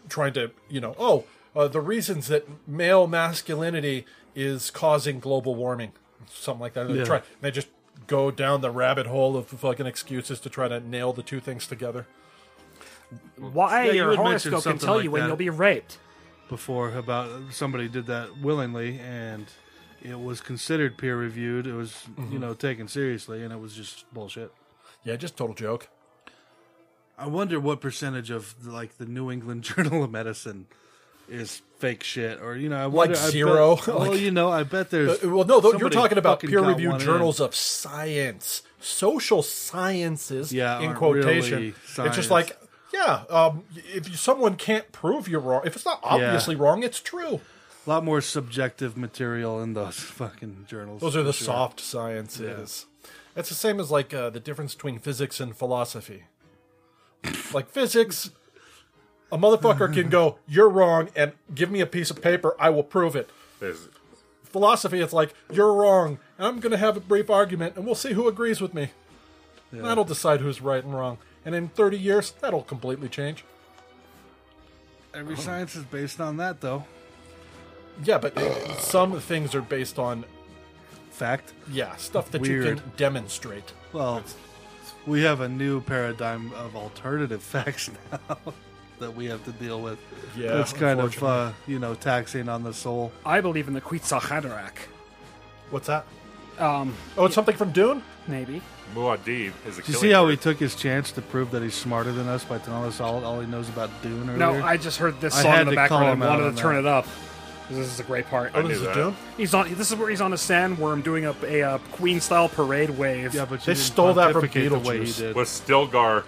S3: trying to you know oh uh, the reasons that male masculinity is causing global warming something like that. They try they just go down the rabbit hole of fucking excuses to try to nail the two things together.
S1: Why
S6: Yeah, you
S1: your
S6: had mentioned
S1: horoscope can
S6: something
S1: tell
S6: like
S1: you when
S6: that.
S1: you'll be raped.
S6: before about somebody did that willingly and it was considered peer reviewed. It was
S3: Mm-hmm.
S6: you know taken seriously and it was just bullshit.
S3: Yeah, just total joke.
S6: I wonder what percentage of like the New England Journal of Medicine is fake shit or you know I wonder, I bet-
S3: zero?
S6: well,
S3: Like-
S6: you know, I bet there's
S3: Uh, well, no, though, you're
S6: somebody
S3: talking about
S6: fucking
S3: peer
S6: got
S3: reviewed
S6: one in.
S3: journals of science, social sciences,
S6: Yeah,
S3: in
S6: aren't
S3: quotation.
S6: really
S3: it's
S6: science.
S3: just like, yeah, um, if you, someone can't prove you're wrong, if it's not obviously wrong, it's true.
S6: A lot more subjective material in those fucking journals.
S3: Those are
S6: for
S3: the
S6: sure.
S3: soft sciences. That's the same as like uh, the difference between physics and philosophy. like physics, a motherfucker can go, "You're wrong," and give me a piece of paper, I will prove it.
S5: There's-
S3: philosophy, it's like, you're wrong, and I'm going to have a brief argument, and we'll see who agrees with me. That'll decide who's right and wrong. And in 30 years, that'll completely change.
S6: Every science is based on that though.
S3: Yeah, but some things are based on,
S6: Fact.
S3: yeah, stuff that you
S6: Weird.
S3: can demonstrate.
S6: Well, we have a new paradigm of alternative facts now that we have to deal with.
S3: Yeah,
S6: it's kind of
S3: unfortunately.
S6: uh, you know taxing on the soul.
S1: I believe in the Quetzalcoatl.
S3: What's that?
S1: Um,
S3: oh, it's something from Dune.
S1: Maybe.
S5: Muad'Dib is a
S6: Did you
S5: killing
S6: see how
S5: word.
S6: he took his chance to prove that he's smarter than us by telling us all, all he knows about Dune? Earlier?
S1: No, I just heard this
S6: I
S1: song
S6: had
S1: in the
S6: to call
S1: background
S6: him
S1: and
S6: out
S1: wanted
S6: on
S1: to turn
S6: that. Oh.
S1: it up. 'cause This is a great part.
S5: I knew that.
S1: He's on. This is where he's on a sandworm doing up a uh, Queen style parade wave.
S6: Yeah, but you
S3: They
S6: didn't
S3: stole that from
S6: pontificate the way he
S3: Beetlejuice.
S6: did.
S5: With Stilgar,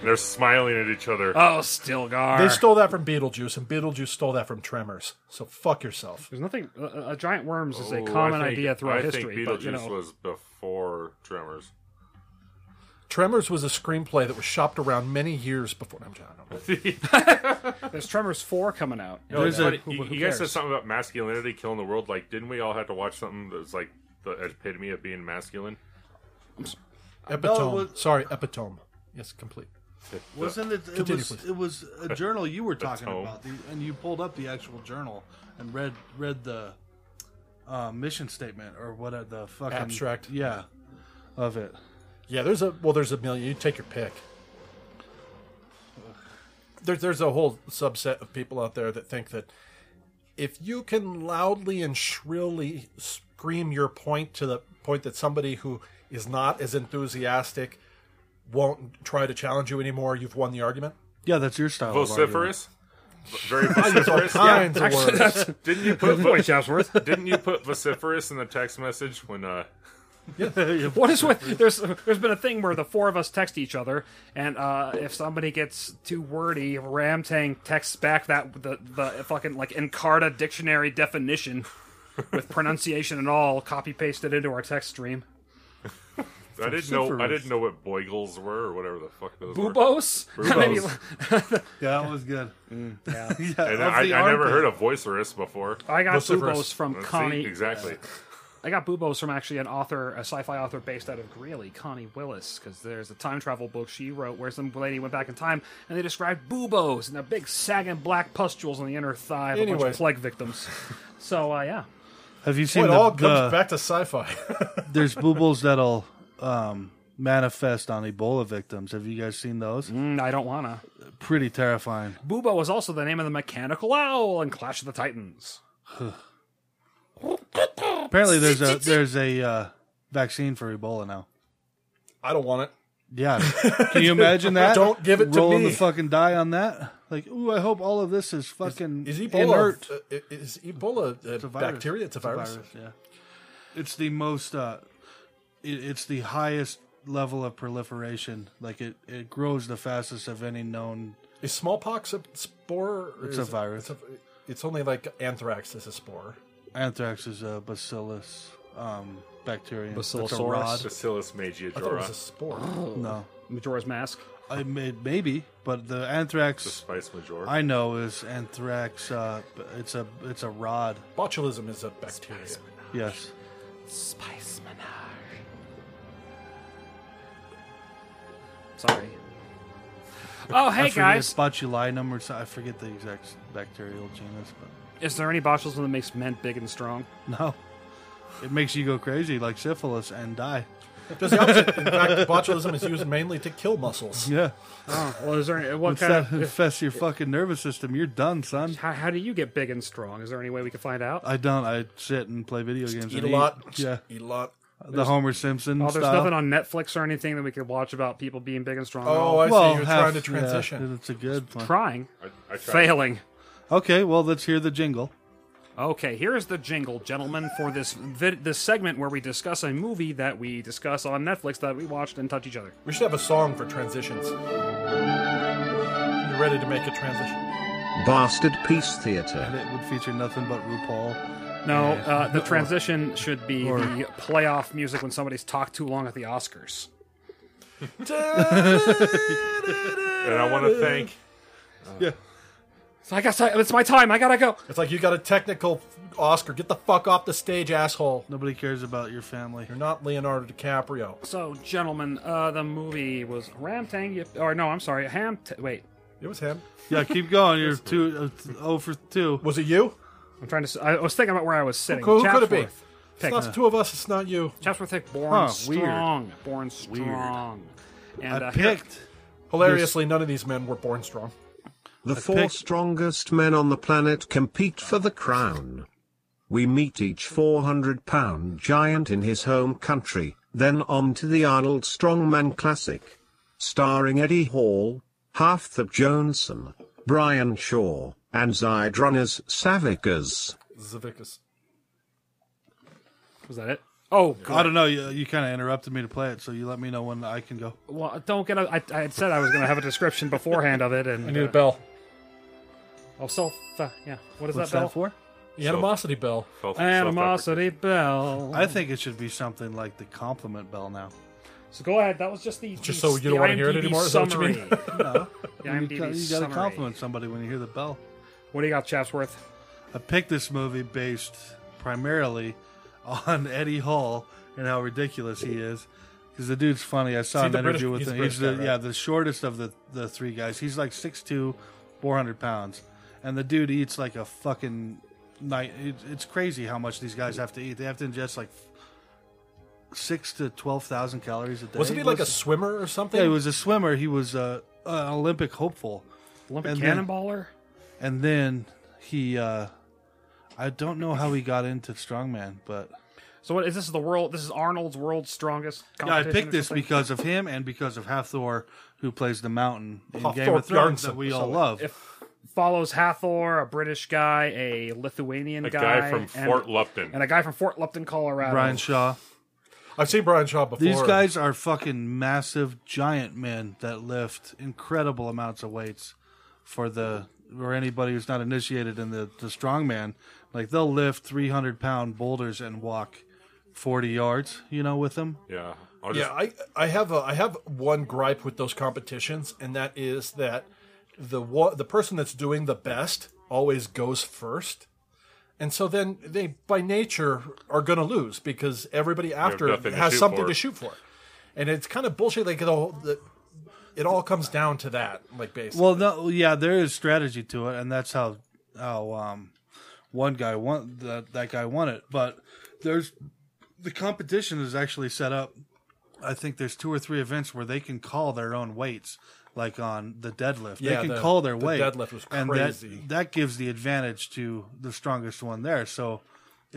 S5: and they're smiling at each other.
S1: Oh, Stilgar.
S3: They stole that from Beetlejuice, and Beetlejuice stole that from Tremors. So fuck yourself.
S1: There's nothing. Uh, uh, giant worms is a
S5: Ooh,
S1: common
S5: Oh, I think-
S1: idea throughout
S5: I
S1: history,
S5: think Beetlejuice
S1: but you know,
S5: was before Tremors.
S3: Tremors was a screenplay that was shopped around many years before. I'm joking. I don't know.
S1: there's Tremors four coming out.
S6: There's a-
S5: But you,
S1: who
S5: you guys said
S1: cares?
S5: something about masculinity killing the world. Like, didn't we all have to watch something that was like the epitome of being masculine?
S3: Epitome.
S6: No, it was-
S3: Sorry, Epitome. Yes, complete.
S6: Wasn't it? It
S3: Continue,
S6: was,
S3: please.
S6: it was a journal you were talking
S5: home.
S6: about, the- and you pulled up the actual journal and read read the uh, mission statement or what uh, the fucking
S3: Abstract.
S6: yeah, of it.
S3: Yeah, there's a well, there's a million. You take your pick. There's there's a whole subset of people out there that think that if you can loudly and shrilly scream your point to the point that somebody who is not as enthusiastic won't try to challenge you anymore, you've won the argument.
S6: Yeah, that's your style. of argument.
S5: Vociferous, V- very
S3: I use all
S5: vociferous.
S3: kinds of words.
S5: Didn't you put voice Didn't you put vociferous in the text message when uh?
S1: What is with there's there's been a thing where the four of us text each other, and uh, if somebody gets too wordy, Ramtang texts back that the the fucking like Encarta dictionary definition with pronunciation and all, copy pasted into our text stream.
S5: I didn't know. I
S6: Vociferous.
S5: didn't know what boigles were or whatever the fuck those were.
S1: Boobos. Maybe-
S5: Boobos.
S6: Yeah, that was good. yeah,
S5: And
S6: of
S5: I, I
S6: the
S5: never
S6: armpit.
S5: heard of voicerous before.
S1: I got
S3: Vociferous.
S1: boobos from
S5: Let's see,
S1: Connie.
S5: exactly.
S1: I got Boobos from actually an author, a sci-fi author based out of Greeley, Connie Willis, because there's a time travel book she wrote where some lady went back in time and they described Boobos and their big sagging black pustules on the inner thigh of a bunch
S3: Anyways.
S1: of plague victims. so uh, yeah,
S6: Have you
S3: Boy,
S6: seen
S3: it
S6: the,
S3: all comes
S6: the-
S3: back to sci-fi.
S6: There's boobles that'll um, manifest on Ebola victims. Have you guys seen those?
S1: Mm, I don't wanna.
S6: Pretty terrifying.
S1: Boobo is also the name of the mechanical owl in Clash of the Titans.
S6: Apparently, there's a there's a uh, vaccine for Ebola now.
S3: I don't want it.
S6: Yeah, can you imagine that?
S3: Don't give it to
S6: Rolling
S3: me.
S6: the fucking die on that. Like, ooh, I hope all of this is fucking
S3: Is Ebola?
S6: inert.
S3: Uh, i- is Ebola uh,
S6: It's a virus.
S3: bacteria? It's a virus.
S6: Yeah, it's the most. Uh, it, it's the highest level of proliferation. Like it, it grows the fastest of any known.
S3: Is smallpox a spore? or
S6: It's
S3: is
S6: a
S3: it- It's,
S6: virus.
S3: a- it's only like anthrax is a spore.
S6: Anthrax is a uh, bacillus um, bacterium. That's a
S1: Bacillosaurus?
S6: rod.
S5: Bacillus
S3: I thought it was a
S5: magiora.
S3: spore.
S6: No,
S1: Majora's Mask.
S6: I made maybe, but the anthrax
S5: Spice majora.
S6: I know is anthrax. Uh, b- it's a it's a rod.
S3: Botulism is a bacteria.
S6: Yes.
S1: Spice Menage. Sorry. Oh hey
S6: I forget
S1: guys,
S6: it's botulinum or so, I forget the exact bacterial genus, but
S1: is there any botulism that makes men big and strong?
S6: no, it makes you go crazy like syphilis and die.
S3: Just the opposite. In fact, botulism is used mainly to kill mussels.
S6: Yeah.
S1: Oh, well, is there any, what
S6: Once
S1: kind
S6: that
S1: of,
S6: infests your fucking nervous system, you're done, son.
S1: how, how do you get big and strong? Is there any way we can find out?
S6: I don't. I sit and play video games.
S3: Eat
S6: and
S3: a lot.
S6: Yeah.
S3: Eat a lot.
S6: The Homer Simpson
S1: Oh, there's
S6: style.
S1: nothing on Netflix or anything that we could watch about people being big and strong. at
S3: Oh,
S1: all?
S3: I
S6: well,
S3: see. You're
S6: half-
S3: trying to
S6: yeah,
S3: transition.
S6: it's a good one.
S1: trying,
S5: I, I tried.
S1: failing.
S6: Okay, well, let's hear the jingle.
S1: Okay, here is the jingle, gentlemen, for this vid- this segment where we discuss a movie that we discuss on Netflix that we watched and touch each other.
S3: We should have a song for transitions. You ready to make a transition?
S8: Bastard Peace Theater.
S6: And it would feature nothing but RuPaul.
S1: No,
S6: Yeah.
S1: uh, the
S6: Or-
S1: transition should be
S6: or-
S1: the playoff music when somebody's talked too long at the Oscars.
S5: And I want to thank
S1: So I guess I, it's my time. I gotta go.
S3: It's like you got a technical Oscar. Get the fuck off the stage, asshole.
S6: Nobody cares about your family.
S3: You're not Leonardo DiCaprio.
S1: So, gentlemen, uh, the movie was Ramtang, Yip- or no, I'm sorry, Ham. T- wait,
S3: It was him.
S6: Yeah, keep going. You're two, uh, oh for two.
S3: Was it you?
S1: I'm trying to. s- I was thinking about where I was sitting.
S3: Who, who could it be?
S1: Chatsworth.
S3: It's
S1: Pick.
S3: not the two of us. It's not you.
S1: Chatsworth Hick, born
S6: Huh, weird.
S1: strong, born strong, and
S6: I
S1: uh,
S6: picked.
S3: Hilariously, none of these men were born strong.
S8: The four
S6: pick-
S8: strongest men on the planet compete for the crown. We meet each 400 pound giant in his home country, then on to the Arnold Strongman Classic. Starring Eddie Hall, Halfthorpe Johnson, Brian Shaw, and Zydronas Savikas.
S3: Zavicus.
S1: Was that it? Oh,
S6: I don't know. You, you kind of interrupted me to play it, so you let me know when I can go.
S1: Well, don't get. A, I, I had said I was going to have a description beforehand of it, and
S3: I need a
S1: uh,
S3: bell.
S1: Oh, self. Uh, yeah. What is
S6: What's
S1: that bell
S6: that for?
S3: The animosity bell.
S5: Self-
S1: Animosity bell.
S6: I think it should be something like the compliment bell now.
S1: so go ahead. That was just the
S3: Just
S1: the-
S3: so you don't
S1: the
S3: wanna hear it
S1: IMDb
S3: anymore, is that what you
S1: Summary.
S3: mean?
S1: The
S6: You,
S1: IMDb
S6: ca- you gotta
S1: summary.
S6: compliment somebody when you hear the bell.
S1: What do you got, Chapsworth?
S6: I picked this movie based primarily on Eddie Hall and how ridiculous he is. Because the dude's funny. I saw
S3: Is he
S6: an
S3: the
S6: interview
S3: British- he's
S6: with
S3: the
S6: him. He's the,
S3: British guy,
S6: yeah,
S3: right?
S6: the shortest of the, the three guys. He's like 6'2", 400 pounds. And the dude eats like a fucking night. It, it's crazy how much these guys have to eat. They have to ingest like six to 12,000 calories a day.
S3: Wasn't he like a
S6: Listen-
S3: swimmer or something?
S6: Yeah, he was a swimmer. He was uh, an Olympic hopeful
S1: Olympic
S6: And then-
S1: cannonballer.
S6: and then he uh i don't know how he got into strongman but
S1: So what is this? The world. This is Arnold's world's strongest.
S6: yeah, i
S1: Competition
S6: picked
S1: or
S6: this
S1: something?
S6: because of him and because of hathor who plays the mountain in
S1: Oh,
S6: game
S3: Hafthor
S6: of thrones
S3: Bjarnason
S6: that
S3: or
S6: we all
S3: something.
S6: love
S1: follows Hathor, a British guy, a Lithuanian
S5: A
S1: guy,
S5: guy from
S1: and-
S5: Fort Lupton.
S1: and a guy from Fort Lupton, Colorado.
S6: brian shaw
S3: I've seen Brian Shaw before.
S6: these guys are fucking massive giant men that lift incredible amounts of weights for the or anybody who's not initiated in the, the strongman like they'll lift 300 pound boulders and walk 40 yards you know with them
S5: yeah. I'll just,
S3: Yeah, I I have a, I have one gripe with those competitions, and that is that the wa- the person that's doing the best always goes first, and so then they by nature are going to lose because everybody after
S5: nothing to
S3: has
S5: shoot
S3: something
S5: for.
S3: to shoot for, and it's kind of bullshit. Like the whole the, it all comes down to that, like basically.
S6: Well, no, yeah, there is strategy to it, and that's how how um, one guy won that that guy won it. But there's the competition is actually set up. I think there's two or three events where they can call their own weights, like on the deadlift.
S3: Yeah,
S6: they can
S3: the-
S6: call their
S3: the
S6: weight.
S3: deadlift was
S6: and
S3: crazy.
S6: that, that gives the advantage to the strongest one there. So.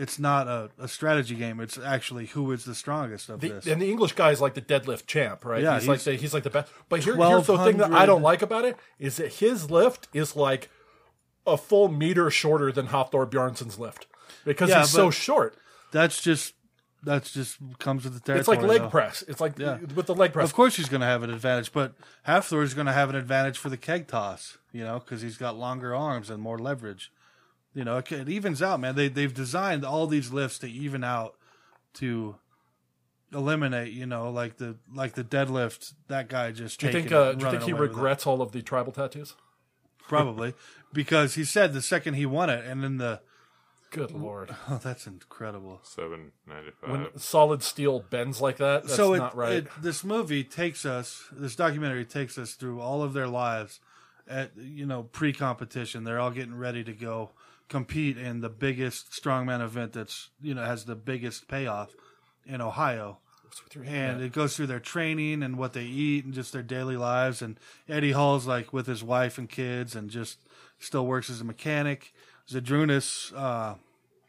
S6: It's not a, a strategy game. It's actually who is the strongest of
S3: The-
S6: this.
S3: and the English guy is like the deadlift champ, right?
S6: Yeah,
S3: he's, like
S6: he's-
S3: the, he's like the best. But here, here's the thing that I
S6: 1200
S3: don't like about it is that his lift is like a full meter shorter than Hafthor Bjarnsson's lift because
S6: Yeah,
S3: he's so
S6: but-
S3: short.
S6: That's just that's just comes with the territory.
S3: It's like leg
S6: though.
S3: press. It's like
S6: Yeah.
S3: with the leg press.
S6: Of course, he's going to have an advantage, but Hathor is going to have an advantage for the keg toss, you know, because he's got longer arms and more leverage. You know, it, it evens out, man. They they've designed all these lifts to even out to eliminate, you know, like the like the deadlift. That guy just
S3: Do you
S6: taking
S3: think?
S6: it
S3: Uh,
S6: and
S3: do you think
S6: running
S3: he
S6: away with it.
S3: regrets all of the tribal tattoos?
S6: probably because he said the second he won it, and then the
S3: Good lord!
S6: oh, that's incredible.
S5: seven ninety five.
S3: When solid steel bends like that, that's
S6: so it,
S3: not right.
S6: it- this movie takes us, this documentary takes us through all of their lives at you know pre-competition. They're all getting ready to go compete in the biggest strongman event that's you know has the biggest payoff in Ohio. And it goes through their training and what they eat and just their daily lives. And Eddie Hall's like with his wife and kids and just still works as a mechanic. Zadrunas, uh,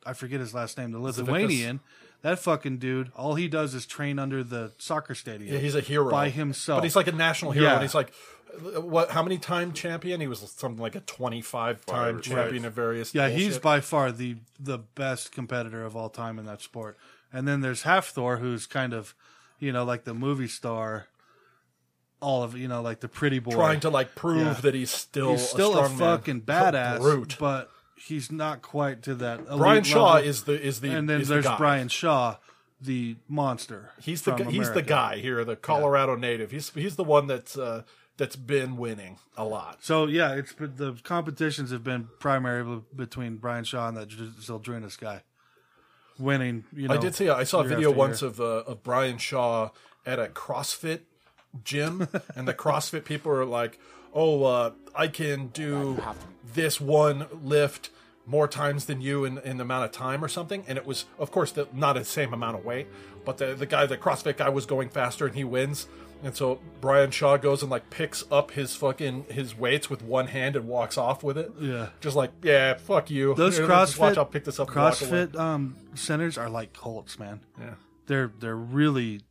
S6: I forget his last name, the Lithuanian. That fucking dude, all he does is train under the soccer stadium.
S3: Yeah, he's a hero
S6: by himself.
S3: but he's like a national hero.
S6: Yeah.
S3: And he's like, what? How many time champion? He was something like a twenty-five time
S5: Right.
S3: champion of various.
S6: Yeah, he's
S3: bullshit.
S6: by far the the best competitor of all time in that sport. And then there's Halfthor, who's kind of, you know, like the movie star. All of you know, like the pretty boy,
S3: trying to like prove
S6: Yeah.
S3: that he's still
S6: he's still
S3: a,
S6: a,
S3: strongman
S6: fucking badass,
S3: brute.
S6: but he's not quite to that. elite
S3: Brian Shaw
S6: level.
S3: is the is the
S6: and then
S3: is the
S6: there's
S3: guy.
S6: Brian Shaw, the monster.
S3: He's the
S6: from
S3: gu- he's the
S6: America.
S3: guy here, the Colorado native. He's he's the one that's uh, that's been winning a lot.
S6: So yeah, it's been- the competitions have been primarily between Brian Shaw and that Dr- Zeldrinas guy, winning. You know,
S3: I did see I saw a
S6: year
S3: video
S6: after
S3: once
S6: year.
S3: of uh, of Brian Shaw at a CrossFit gym, and the CrossFit people are like, "Oh, uh, I can do this one lift more times than you in, in the amount of time or something." And it was, of course, the, not the same amount of weight, but the the guy, the CrossFit guy, was going faster, and he wins. And so Brian Shaw goes and like picks up his fucking his weights with one hand and walks off with it.
S6: Yeah.
S3: Just like, yeah, fuck you.
S6: Those
S3: Here,
S6: CrossFit,
S3: just watch, I'll pick this up. and walk away.
S6: CrossFit um, centers are like cults, man.
S3: Yeah.
S6: They're they're really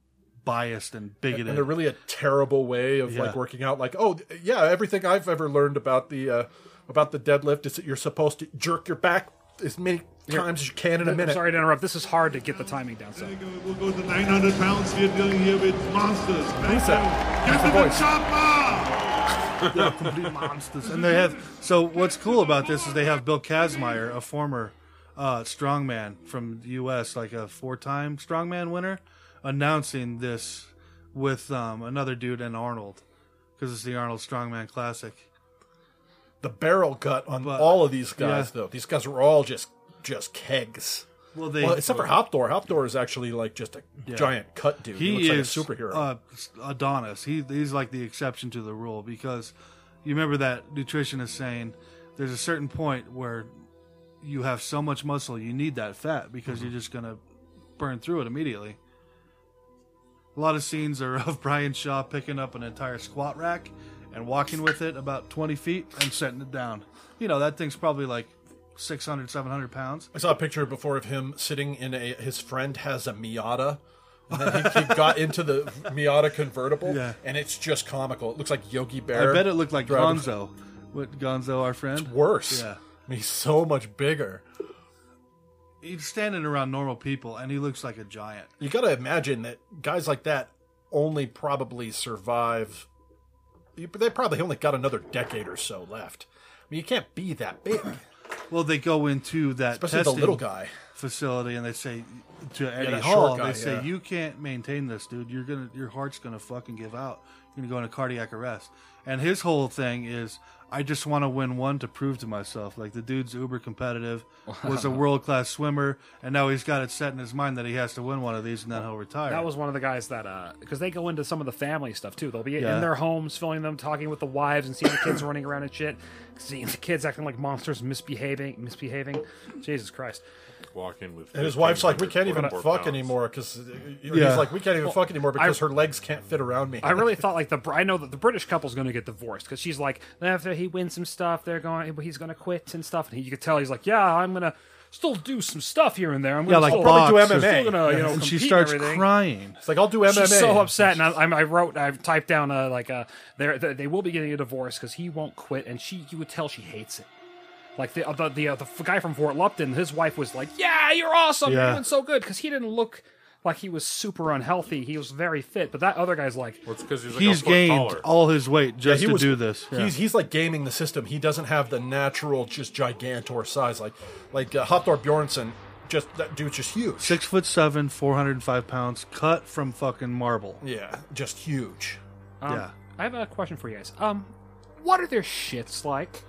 S6: biased and bigoted.
S3: and they're really a terrible way of
S6: Yeah.
S3: like working out. Like, oh th- yeah, everything I've ever learned about the uh, about the deadlift is that you're supposed to jerk your back as many times as you can in a
S1: I'm
S3: minute.
S1: sorry to interrupt. This is hard to get the timing down. So.
S11: We'll go to 900 pounds. We're dealing here with monsters. Thank
S3: that?
S11: you.
S3: Who's
S11: Gentlemen, Chopper!
S3: the voice?
S6: They're complete monsters. And they have so what's cool about this is they have Bill Kazmaier, a former uh, strongman from the U.S., like a four-time strongman winner, announcing this with um, another dude and Arnold because it's the Arnold Strongman Classic.
S3: The barrel gut on
S6: But-
S3: all of these guys,
S6: yeah.
S3: though. These guys are all just just kegs.
S6: Well, they
S3: well, except for Hopdor. Hopdor is actually like just a giant cut dude. He, looks like a superhero.
S6: Uh, Adonis. He he's like the exception to the rule because you remember that nutritionist saying there's a certain point where you have so much muscle you need that fat because
S3: Mm-hmm.
S6: you're just gonna burn through it immediately. A lot of scenes are of Brian Shaw picking up an entire squat rack and walking with it about 20 feet and setting it down. You know, that thing's probably like 600, 700 pounds.
S3: I saw a picture before of him sitting in a. His friend has a Miata. And then he, he got into the Miata convertible,
S6: Yeah.
S3: and it's just comical. It looks like Yogi Bear.
S6: I bet it looked like
S3: driving-
S6: Gonzo. What Gonzo, our friend?
S3: Worse.
S6: Yeah.
S3: I mean, he's so much bigger.
S6: he's standing around normal people and he looks like a giant.
S3: You got to imagine that guys like that only probably survive. you- They probably only got another decade or so left. I mean, you can't be that big,
S6: Well, they go into that
S3: especially the
S6: testing
S3: little guy.
S6: facility and they say to Eddie
S3: that short
S6: Hall,
S3: guy,
S6: they say
S3: yeah.
S6: you can't maintain this, dude. You're gonna your heart's gonna fucking give out. You're gonna go into cardiac arrest. And his whole thing is, I just want to win one to prove to myself. Like the dude's uber competitive, was a world class swimmer, and now he's got it set in his mind that he has to win one of these and then he'll retire.
S1: That was one of the guys that, because they go into some of the family stuff too. They'll be
S6: Yeah.
S1: in their homes, filming them, talking with the wives, and seeing the kids running around and shit, seeing the kids acting like monsters, misbehaving, misbehaving. Jesus Christ!
S5: Walking with.
S3: And his wife's like, "We can't even
S5: 1544
S3: fuck
S5: pounds."
S3: anymore 'cause anymore because
S6: Yeah.
S3: he's like, we can't even fuck anymore
S1: I-
S3: because her legs can't fit around me."
S1: I really thought like the Br- I know that the British couple's going to get divorced because she's like after he wins some stuff, they're going he's going to quit and stuff, and he, you could tell he's like, yeah, I'm gonna still do some stuff here and there. I'm gonna
S6: like
S1: still,
S6: box
S1: I'm
S3: or-
S1: still gonna, you know,
S6: and she
S1: compete and
S6: starts
S1: everything."
S6: crying.
S3: it's like I'll do MMA.
S1: She's so upset, and I, I'm- I wrote, I typed down uh, like uh, they're- they they will be getting a divorce because he won't quit, and she you would tell she hates it. Like the uh, the the, uh, the f- guy from Fort Lupton, his wife was like, "Yeah, you're awesome,
S6: Yeah.
S1: you're doing so good," because he didn't look like he was super unhealthy. He was very fit, but that other guy's like,
S5: Well, it's because he's like
S6: He's
S5: a foot
S6: gained
S5: taller.
S6: all his weight just
S3: he
S6: to
S3: was-
S6: do this. Yeah.
S3: He's he's like gaming the system. He doesn't have the natural just gigantor size like like uh, Hopdor Bjornsson. Just that dude's just huge.
S6: Six foot seven, four hundred and five pounds, cut from fucking marble.
S3: Yeah, just huge.
S1: um,
S6: Yeah.
S1: I have a question for you guys. Um, what are their shits like?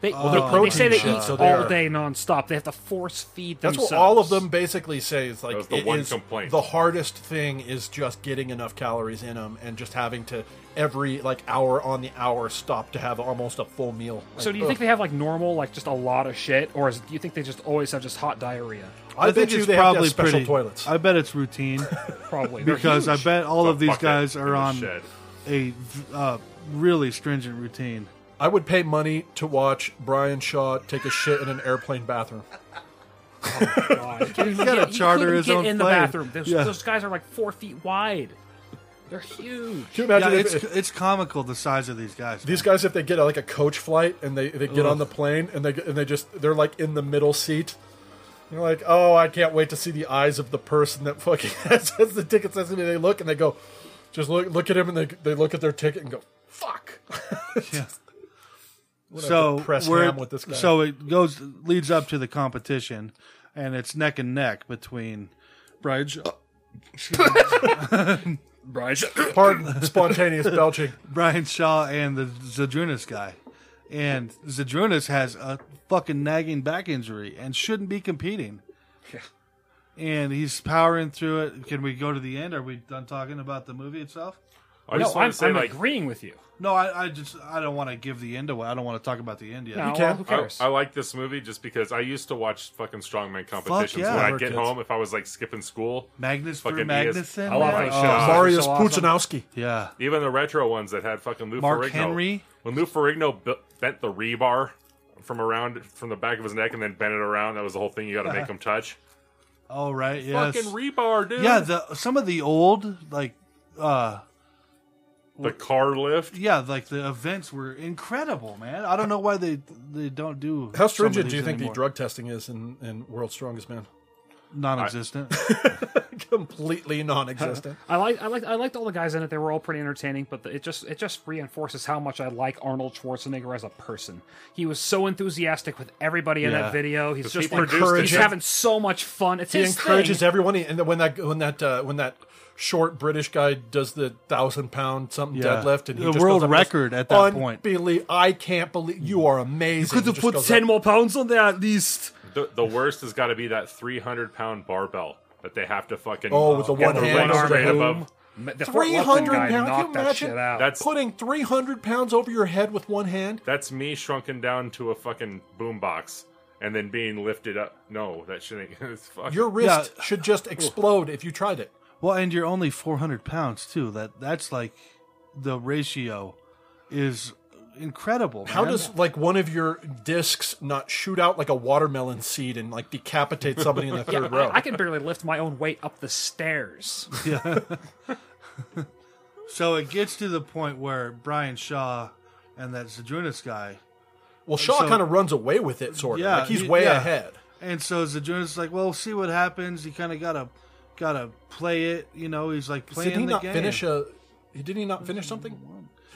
S1: They,
S3: they're
S1: they,
S3: Uh, protein
S1: say they
S3: shits,
S1: eat
S3: so
S1: all
S3: they're-
S1: day nonstop. They have to force feed
S3: That's
S1: themselves.
S3: what all of them basically say. It's like
S5: That was the
S3: it
S5: one
S3: is-
S5: complaint.
S3: The hardest thing is just getting enough calories in them, and just having to every like hour on the hour stop to have almost a full meal.
S1: So do you think they have like normal, like just a lot of shit, or is, do you think they just always have just hot diarrhea?
S3: I, bet you they have to have special toilets.
S6: I bet it's routine
S1: Probably They're
S6: because I
S1: huge.
S6: bet all
S5: A
S6: of these
S5: bucket
S6: guys
S5: in
S6: are
S5: the
S6: on
S5: shed.
S6: a v- uh, really stringent routine.
S3: I would pay money to watch Brian Shaw take a shit in an airplane bathroom.
S1: He's
S6: gotta charter his
S1: get
S6: own
S1: in the
S6: plane.
S1: bathroom. Those,
S6: Yeah.
S1: those guys are like four feet wide. They're huge.
S3: Can you
S6: Yeah,
S3: imagine
S6: it's
S3: if, if
S6: it's comical the size of these guys.
S3: these guys if they get like a coach flight and they, they get on the plane and they and they just they're like in the middle seat. You're like, oh, I can't wait to see the eyes of the person that fucking has, has the ticket. Says to me, they look and they go, just look look at him and they they look at their ticket and go, fuck.
S6: so
S3: to press
S6: we're-
S3: ham with this guy.
S6: So it goes leads up to the competition, and it's neck and neck between Brian. Shaw-
S3: Pardon, spontaneous belching.
S6: Brian Shaw and the Zadrunas guy. And Zadrunas has a fucking nagging back injury and shouldn't be competing. And he's powering through it. Can we go to the end? Are we done talking about the movie itself?
S5: I
S1: no,
S5: just
S1: I'm,
S5: want to say
S1: I'm
S5: like
S1: agreeing with you.
S6: No, I, I just I don't want to give the end away. I don't want to talk about the end yet.
S1: No, You well, can. who cares?
S5: I, I like this movie just because I used to watch fucking strongman competitions
S6: yeah.
S5: when
S6: We're
S5: I'd get
S6: kids.
S5: home if I was like skipping school.
S6: Magnus for
S5: Fucking
S6: Magnuson.
S5: ES- I love
S6: man.
S5: that shit. Oh,
S3: Marius
S1: Ah, so awesome.
S3: Puchanowski.
S6: Yeah.
S5: Even the retro ones that had fucking Lou
S6: Mark
S5: Ferrigno.
S6: Henry?
S5: When Lou Ferrigno bu- bent the rebar from around from the back of his neck and then bent it around, that was the whole thing. You got to make him touch.
S6: All right. Yes.
S5: Fucking rebar, dude.
S6: yeah. The some of the old like, uh,
S5: the car lift.
S6: yeah, like the events were incredible, man. I don't know why they they don't do.
S3: How
S6: some of
S3: stringent
S6: these
S3: do you think
S6: anymore.
S3: the drug testing is in, in World's Strongest Man?
S6: Non-existent.
S3: Completely non-existent.
S1: I like I like I liked all the guys in it. They were all pretty entertaining, but it just it just reinforces how much I like Arnold Schwarzenegger as a person. He was so enthusiastic with everybody in
S6: Yeah.
S1: that video. He's just
S5: he
S1: like,
S5: produced
S1: he's
S3: it.
S1: having so much fun. It's
S3: he
S1: his
S3: encourages
S1: thing.
S3: everyone. He, and then when that when that uh, when that short British guy does the thousand pound something
S6: Yeah.
S3: deadlift, and he
S6: The
S3: just
S6: world
S3: goes up and goes,
S6: record at that point.
S3: Unbelie- I can't believe you are amazing. You
S6: Could have put ten more pounds on there at least.
S5: The, the worst has got to be that 300 pound barbell that they have to fucking
S3: Oh, with the one
S5: get their
S3: hand
S5: legs
S3: over the
S5: straight
S3: boom.
S5: above.
S1: Ma- the Fort
S3: Three
S1: Lupton
S3: hundred
S1: guy
S3: pounds. Can you
S1: knocked that
S3: imagine
S1: shit out.
S5: That's-
S3: putting three hundred pounds over your head with one hand?
S5: That's me shrunken down to a fucking boombox and then being lifted up. No, that shit ain't. It's fucking.
S3: Your wrist
S6: Yeah.
S3: should just explode if you tried it.
S6: Well, and you're only 400 pounds too. That that's like the ratio is incredible.
S3: How
S6: man.
S3: does like one of your discs not shoot out like a watermelon seed and like decapitate somebody in the third row?
S1: I, I can barely lift my own weight up the stairs.
S6: so it gets to the point where Brian Shaw and that Zadrunas guy,
S3: well, Shaw
S6: so-
S3: kind of runs away with it, sort of.
S6: Yeah,
S3: like he's
S6: y-
S3: way
S6: yeah.
S3: ahead.
S6: and so Zadrunas is like, well, we'll see what happens. You kind of gotta gotta play it. You know, he's like playing
S3: Did he
S6: the
S3: not
S6: game.
S3: finish a? he- Did he not finish something?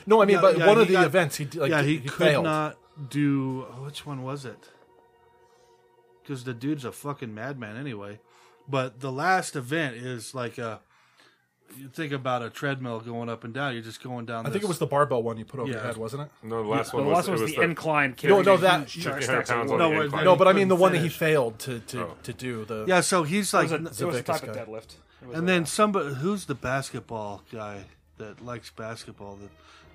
S3: No, I mean,
S6: Yeah,
S3: but
S6: yeah,
S3: one
S6: he
S3: of the
S6: got-
S3: events he d- like
S6: yeah,
S3: he,
S6: he, could
S3: failed.
S6: not do. oh, Which one was it? Because the dude's a fucking madman anyway. But the last event is like a. You think about a treadmill going up and down. You're just going down.
S3: I think
S6: this-
S3: it was the barbell one you put over your
S6: Yeah.
S3: head, wasn't it?
S5: no, the last
S1: The
S5: one was,
S1: last
S5: it
S1: one was,
S5: was
S1: the, incline.
S3: No, no,
S1: carrying
S3: that-
S1: huge uh,
S3: Yeah,
S1: stacks of
S5: pounds
S1: wood.
S5: on
S6: No,
S5: the
S6: wait,
S5: incline.
S6: And
S3: No,
S6: he
S3: but I mean the
S6: couldn't
S3: one that he Oh.
S6: finish.
S3: failed to to, to do the.
S6: Yeah, so he's
S1: It
S6: like,
S1: was a, it was a
S3: Zemeckis
S1: type of
S3: guy.
S1: deadlift. It was
S6: and
S1: a-
S6: then somebody who's the basketball guy that likes basketball that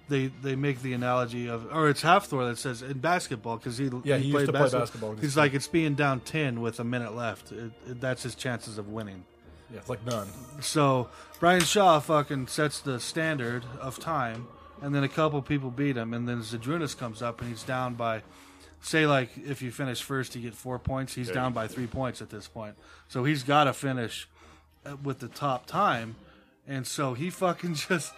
S6: they they make the analogy of or it's Hafthor that says in basketball because he
S3: Yeah, he used
S6: played
S3: to play basketball in his
S6: He's like it's being down ten with a minute left. It, it, that's his chances of winning.
S3: Yeah, it's like none.
S6: So Brian Shaw fucking sets the standard of time, and then a couple people beat him, and then Zadrunas comes up and he's down by, say like if you finish first, you get four points. He's down by three points at this point, so he's got to finish uh, with the top time, and so he fucking just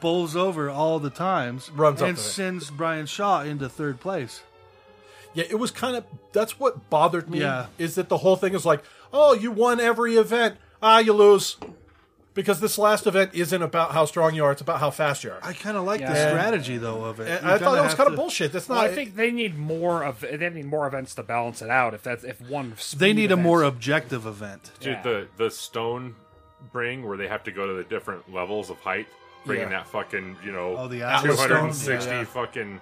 S6: bowls over all the times,
S3: Runs up
S6: and
S3: to it.
S6: sends Brian Shaw into third place.
S3: Yeah, it was kind of that's what bothered me
S6: Yeah.
S3: is that the whole thing is like, oh, you won every event, ah, you lose, because this last event isn't about how strong you are; it's about how fast you are.
S6: I kind of like the
S1: Yeah.
S6: strategy though of it.
S3: And
S6: You
S3: I thought
S6: kinda
S3: that was
S6: have
S3: kind of
S6: to-
S3: bullshit. That's not.
S1: Well, I think they need more of they need more events to balance it out. If that's if one speed
S6: They need a
S1: event-
S6: more objective event.
S5: Dude,
S1: Yeah.
S5: the, the stone ring where they have to go to the different levels of height, bringing
S3: Yeah.
S5: that fucking, you know,
S6: Oh, the Atlas stone?
S5: 260
S6: Yeah, yeah.
S5: fucking.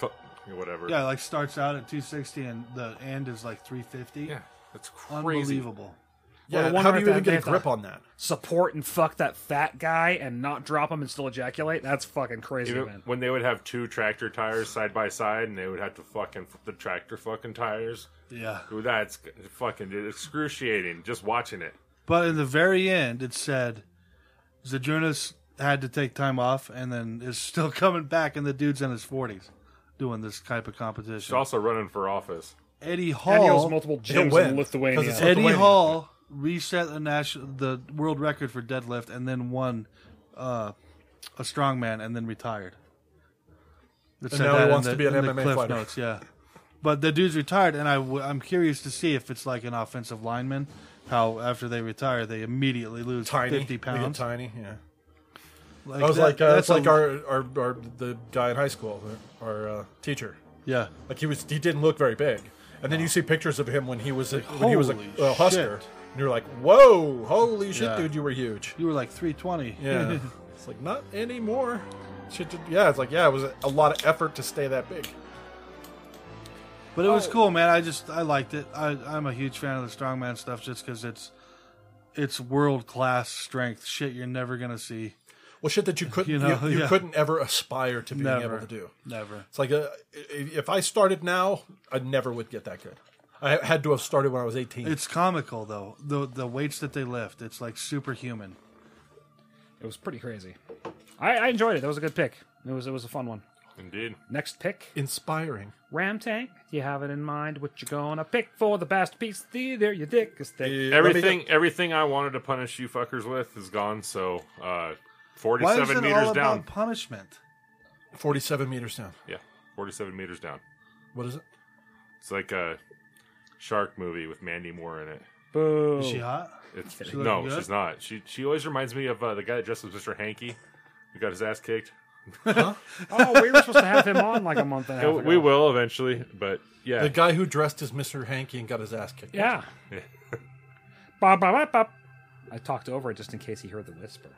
S5: Cl- whatever.
S6: Yeah, it, like starts out at 260 and the end is like 350.
S5: Yeah, that's crazy.
S6: Unbelievable.
S3: yeah,
S1: Well, the one
S3: how
S1: right
S3: do you
S1: that
S3: even get a
S1: they thought-
S3: grip on that?
S1: support and fuck that fat guy and not drop him and still ejaculate. That's fucking crazy,
S5: Even
S1: man.
S5: when they would have two tractor tires side by side and they would have to fucking flip the tractor fucking tires.
S6: Yeah.
S5: Dude, that's g- fucking dude, excruciating just watching it.
S6: But in the very end, it said Zadrunas had to take time off and then is still coming back, and the dude's in his 40s doing this type of
S5: She's
S6: competition.
S5: also running for office.
S6: Eddie
S1: And he
S6: Hall.
S1: owns multiple
S3: He'll
S1: gyms
S3: win,
S1: in
S3: 'cause it's
S1: Lithuania.
S3: Lithu-
S6: Eddie
S3: Lithuania.
S6: Hall reset the national, the world record for deadlift, and then won uh, a strongman, and then retired. It said
S3: now he
S6: that in
S3: wants to be an
S6: in
S3: MMA
S6: Cliff
S3: fighter.
S6: Notes, yeah. But the dude's retired, and I w- I'm curious to see if it's like an offensive lineman, how after they retire they immediately lose
S3: Tiny,
S6: fifty
S3: They get
S6: pounds.
S3: Tiny, yeah.
S6: Like
S3: I was
S6: that-
S3: like, uh, that's
S6: a-
S3: like our, our our the guy in high school, our uh, teacher.
S6: yeah.
S3: Like he was, he didn't look very big. And then you see pictures of him when he was a, when he was a,
S6: holy
S3: a husker,
S6: shit.
S3: and you're like, whoa, holy shit,
S6: Yeah.
S3: dude, you were huge.
S6: You were like three twenty.
S3: Yeah, it's like not anymore. Shit, dude, yeah, it's like yeah, it was a lot of effort to stay that big.
S6: But it was
S1: Oh.
S6: cool, man. I just I liked it. I, I'm a huge fan of the strongman stuff just because it's it's world class strength shit you're never gonna see.
S3: well, shit that you couldn't you,
S6: know,
S3: you
S6: yeah.
S3: couldn't ever aspire to being
S6: Never.
S3: able to do.
S6: Never.
S3: It's like uh, if if I started now, I never would get that good. I had to have started when I was eighteen.
S6: It's comical though. The the weights that they lift, it's like superhuman.
S1: It was pretty crazy. I, I enjoyed it. That was a good pick. It was it was a fun one.
S5: Indeed.
S1: Next pick,
S3: inspiring.
S1: Ram Tank. You have it in mind what you're gonna pick for the masterpiece theater. Your dick is thick.
S5: Everything, everything I wanted to punish you fuckers with is gone. So, uh,
S6: Why is
S5: forty-seven
S6: it
S5: meters
S6: all
S5: down.
S6: about punishment?
S3: Forty-seven meters down.
S5: Yeah, forty-seven meters down.
S3: What is it?
S5: It's like a shark movie with Mandy Moore in it.
S1: Boo.
S6: Is she hot?
S5: It's
S6: She looking
S5: no,
S6: good?
S5: she's not. She she always reminds me of uh, the guy that dressed as Mister Hanky, who got his ass kicked.
S1: Oh, we were supposed to have him on like a month and a half ago.
S5: we will eventually, but yeah,
S3: The guy who dressed as Mr. Hanky and got his ass kicked.
S1: Yeah.
S5: Yeah.
S1: Bop, bop, bop, bop. I talked over it just in case he heard the whisper.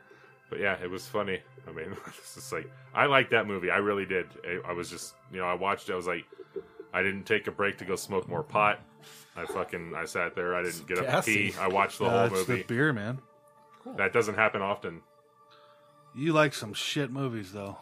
S5: but yeah, it was funny. I mean, it's just like I liked that movie. I really did. I, I was just you know I watched. it. I was like, I didn't take a break to go smoke more pot. I fucking I sat there. I didn't get up to
S3: Cassie.
S5: pee. I watched the
S6: Uh,
S5: whole
S6: it's
S5: movie.
S6: the beer, man.
S5: That doesn't happen often.
S6: You like some shit movies though.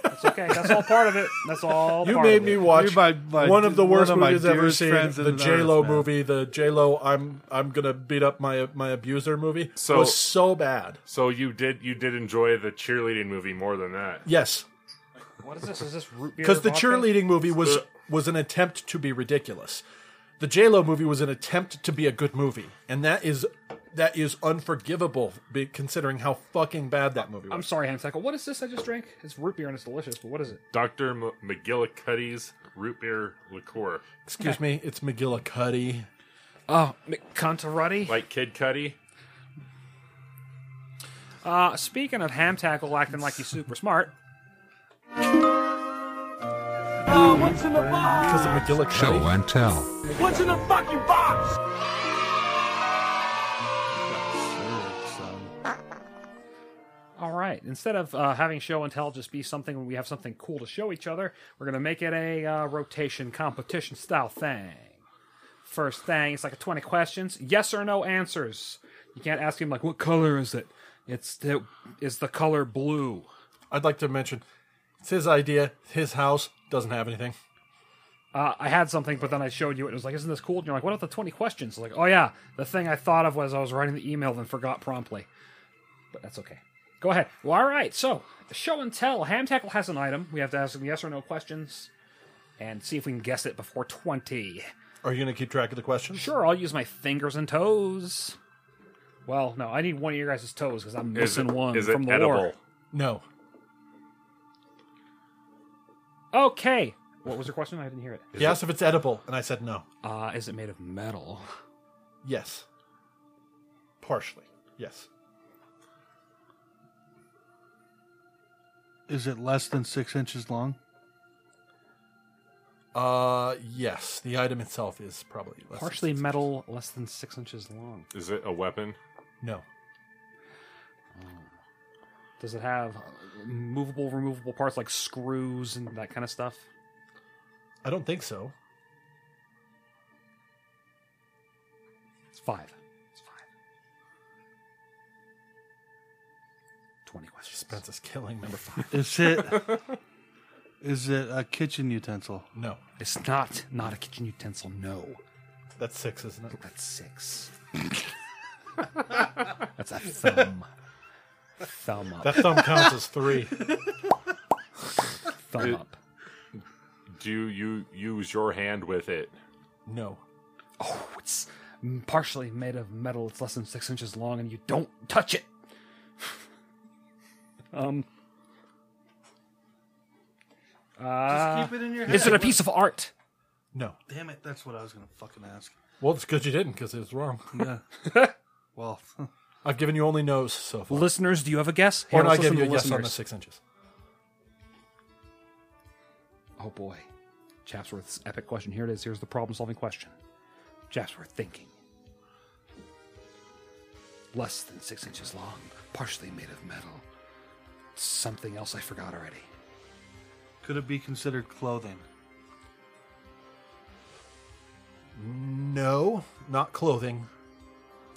S1: That's okay. That's all part of it. That's all.
S3: You
S1: part
S3: made
S1: of
S3: me
S1: it.
S3: watch
S6: You're my- my-
S3: one of the worst
S6: one of my
S3: movies I've ever
S6: dearest
S3: seen.
S6: friends
S3: The
S6: in the
S3: J Lo
S6: earth, man.
S3: movie, the J Lo I'm I'm gonna beat up my my abuser movie.
S5: So-
S3: was so bad.
S5: So you did you did enjoy the cheerleading movie more than that.
S3: Yes,
S1: What is this? Is this root beer?
S3: because the
S1: vodka?
S3: cheerleading movie was was an attempt to be ridiculous. The J Lo movie was an attempt to be a good movie, and that is that is unforgivable, be, considering how fucking bad that movie was.
S1: I'm sorry, Ham Tackle. What is this I just drank? It's root beer and it's delicious, but what is it?
S5: Doctor M- McGillicuddy's root beer liqueur,
S3: Excuse me, it's McGillicuddy.
S1: Oh, McCuntaruddy.
S5: like Kid Cuddy.
S1: Uh, speaking of Ham Tackle acting like he's super smart,
S3: Because of McGillicuddy.
S8: Show and tell.
S1: All right. Instead of uh, having show and tell just be something when we have something cool to show each other, we're going to make it a uh, rotation competition style thing. First thing, it's like a 20 questions, yes or no answers. You can't ask him, like, what color is it? It's the, is the color blue.
S3: I'd like to mention it's his idea. His house doesn't have anything.
S1: Uh, I had something, but then I showed you it. It was like, isn't this cool? And you're like, what about the 20 questions? Like, oh, yeah. The thing I thought of was I was writing the email and forgot promptly. But that's okay. Go ahead. Well, all right. So, show and tell. Ham Tackle has an item. We have to ask him yes or no questions and see if we can guess it before 20.
S3: Are you going to keep track of the questions?
S1: Sure, I'll use my fingers and toes. Well, no, I need one of your guys' toes because I'm
S5: Is
S1: missing
S5: it-
S1: one
S5: is it
S1: from the
S5: edible?
S1: war.
S3: No.
S1: Okay. What was your question? I didn't hear it.
S3: he asked if it's edible, and I said no.
S1: Uh, is it made of metal?
S3: Yes. Partially. Yes.
S6: Is it less than six inches long?
S3: Uh, yes. The item itself is probably less than
S1: Partially
S3: six-
S1: metal, less than six inches long.
S5: Is it a weapon?
S3: No.
S1: Does it have uh, movable, removable parts like screws and that kind of stuff?
S3: I don't think so.
S1: It's five. It's five. Twenty questions.
S3: Spence is killing number five.
S6: Is it? is it a kitchen utensil?
S3: No.
S1: It's not not a kitchen utensil. No,
S3: That's six, isn't it?
S1: that's six. that's a thumb. Thumb up.
S3: That thumb counts as three.
S1: thumb up.
S5: Do you use your hand with it?
S3: No.
S1: Oh, it's partially made of metal. It's less than six inches long, and you don't touch it. um. Uh,
S6: Keep it in your head.
S1: Is it a piece of art?
S3: No.
S6: Damn it! That's what I was gonna fucking ask.
S3: Well, it's good you didn't because it was wrong.
S6: Yeah. well,
S3: I've given you only no's so far.
S1: Listeners, do you have a guess?
S3: Or
S1: Here,
S3: I
S1: let's
S3: gave
S1: listen
S3: you a
S1: to
S3: yes on the
S1: listeners.
S3: six inches.
S1: Oh boy. Chapsworth's epic question. Here it is. Here's the problem solving question. Chapsworth thinking. Less than six inches long, partially made of metal. Something else I forgot already.
S6: could it be considered clothing?
S3: No. Not clothing.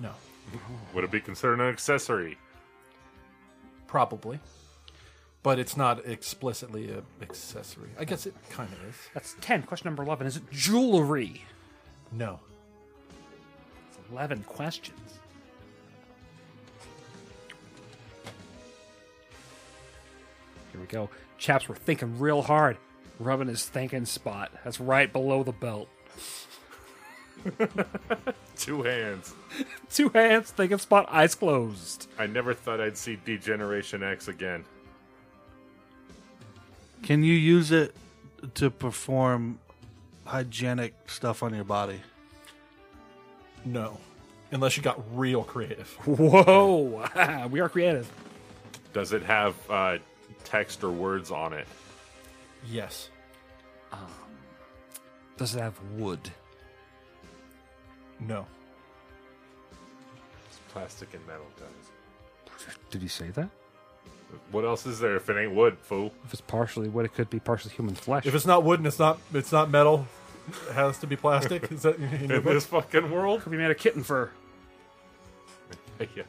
S3: No.
S5: Would it be considered an accessory?
S3: probably, but it's not explicitly a accessory. I guess it kind of is.
S1: That's 10. Question number 11. Is it jewelry?
S3: No,
S1: It's 11 questions. Here we go. Chaps were thinking real hard, rubbing his thinking spot. That's right below the belt.
S5: Two hands.
S1: Two hands, thinking spot, eyes closed.
S5: I never thought I'd see Degeneration X again.
S6: Can you use it to perform hygienic stuff on your body?
S3: no, unless you got real creative.
S1: Whoa! we are creative.
S5: Does it have uh, text or words on it?
S3: Yes,
S1: Does it have wood?
S3: no.
S5: It's plastic and metal, guys.
S1: Did you say that?
S5: What else is there if it ain't wood, fool?
S1: If it's partially wood, it could be partially human flesh.
S3: If it's not wood and it's not it's not metal, it has to be plastic. Is that in your
S5: In
S3: book?
S5: this fucking world?
S1: could be made of kitten fur.
S5: yeah.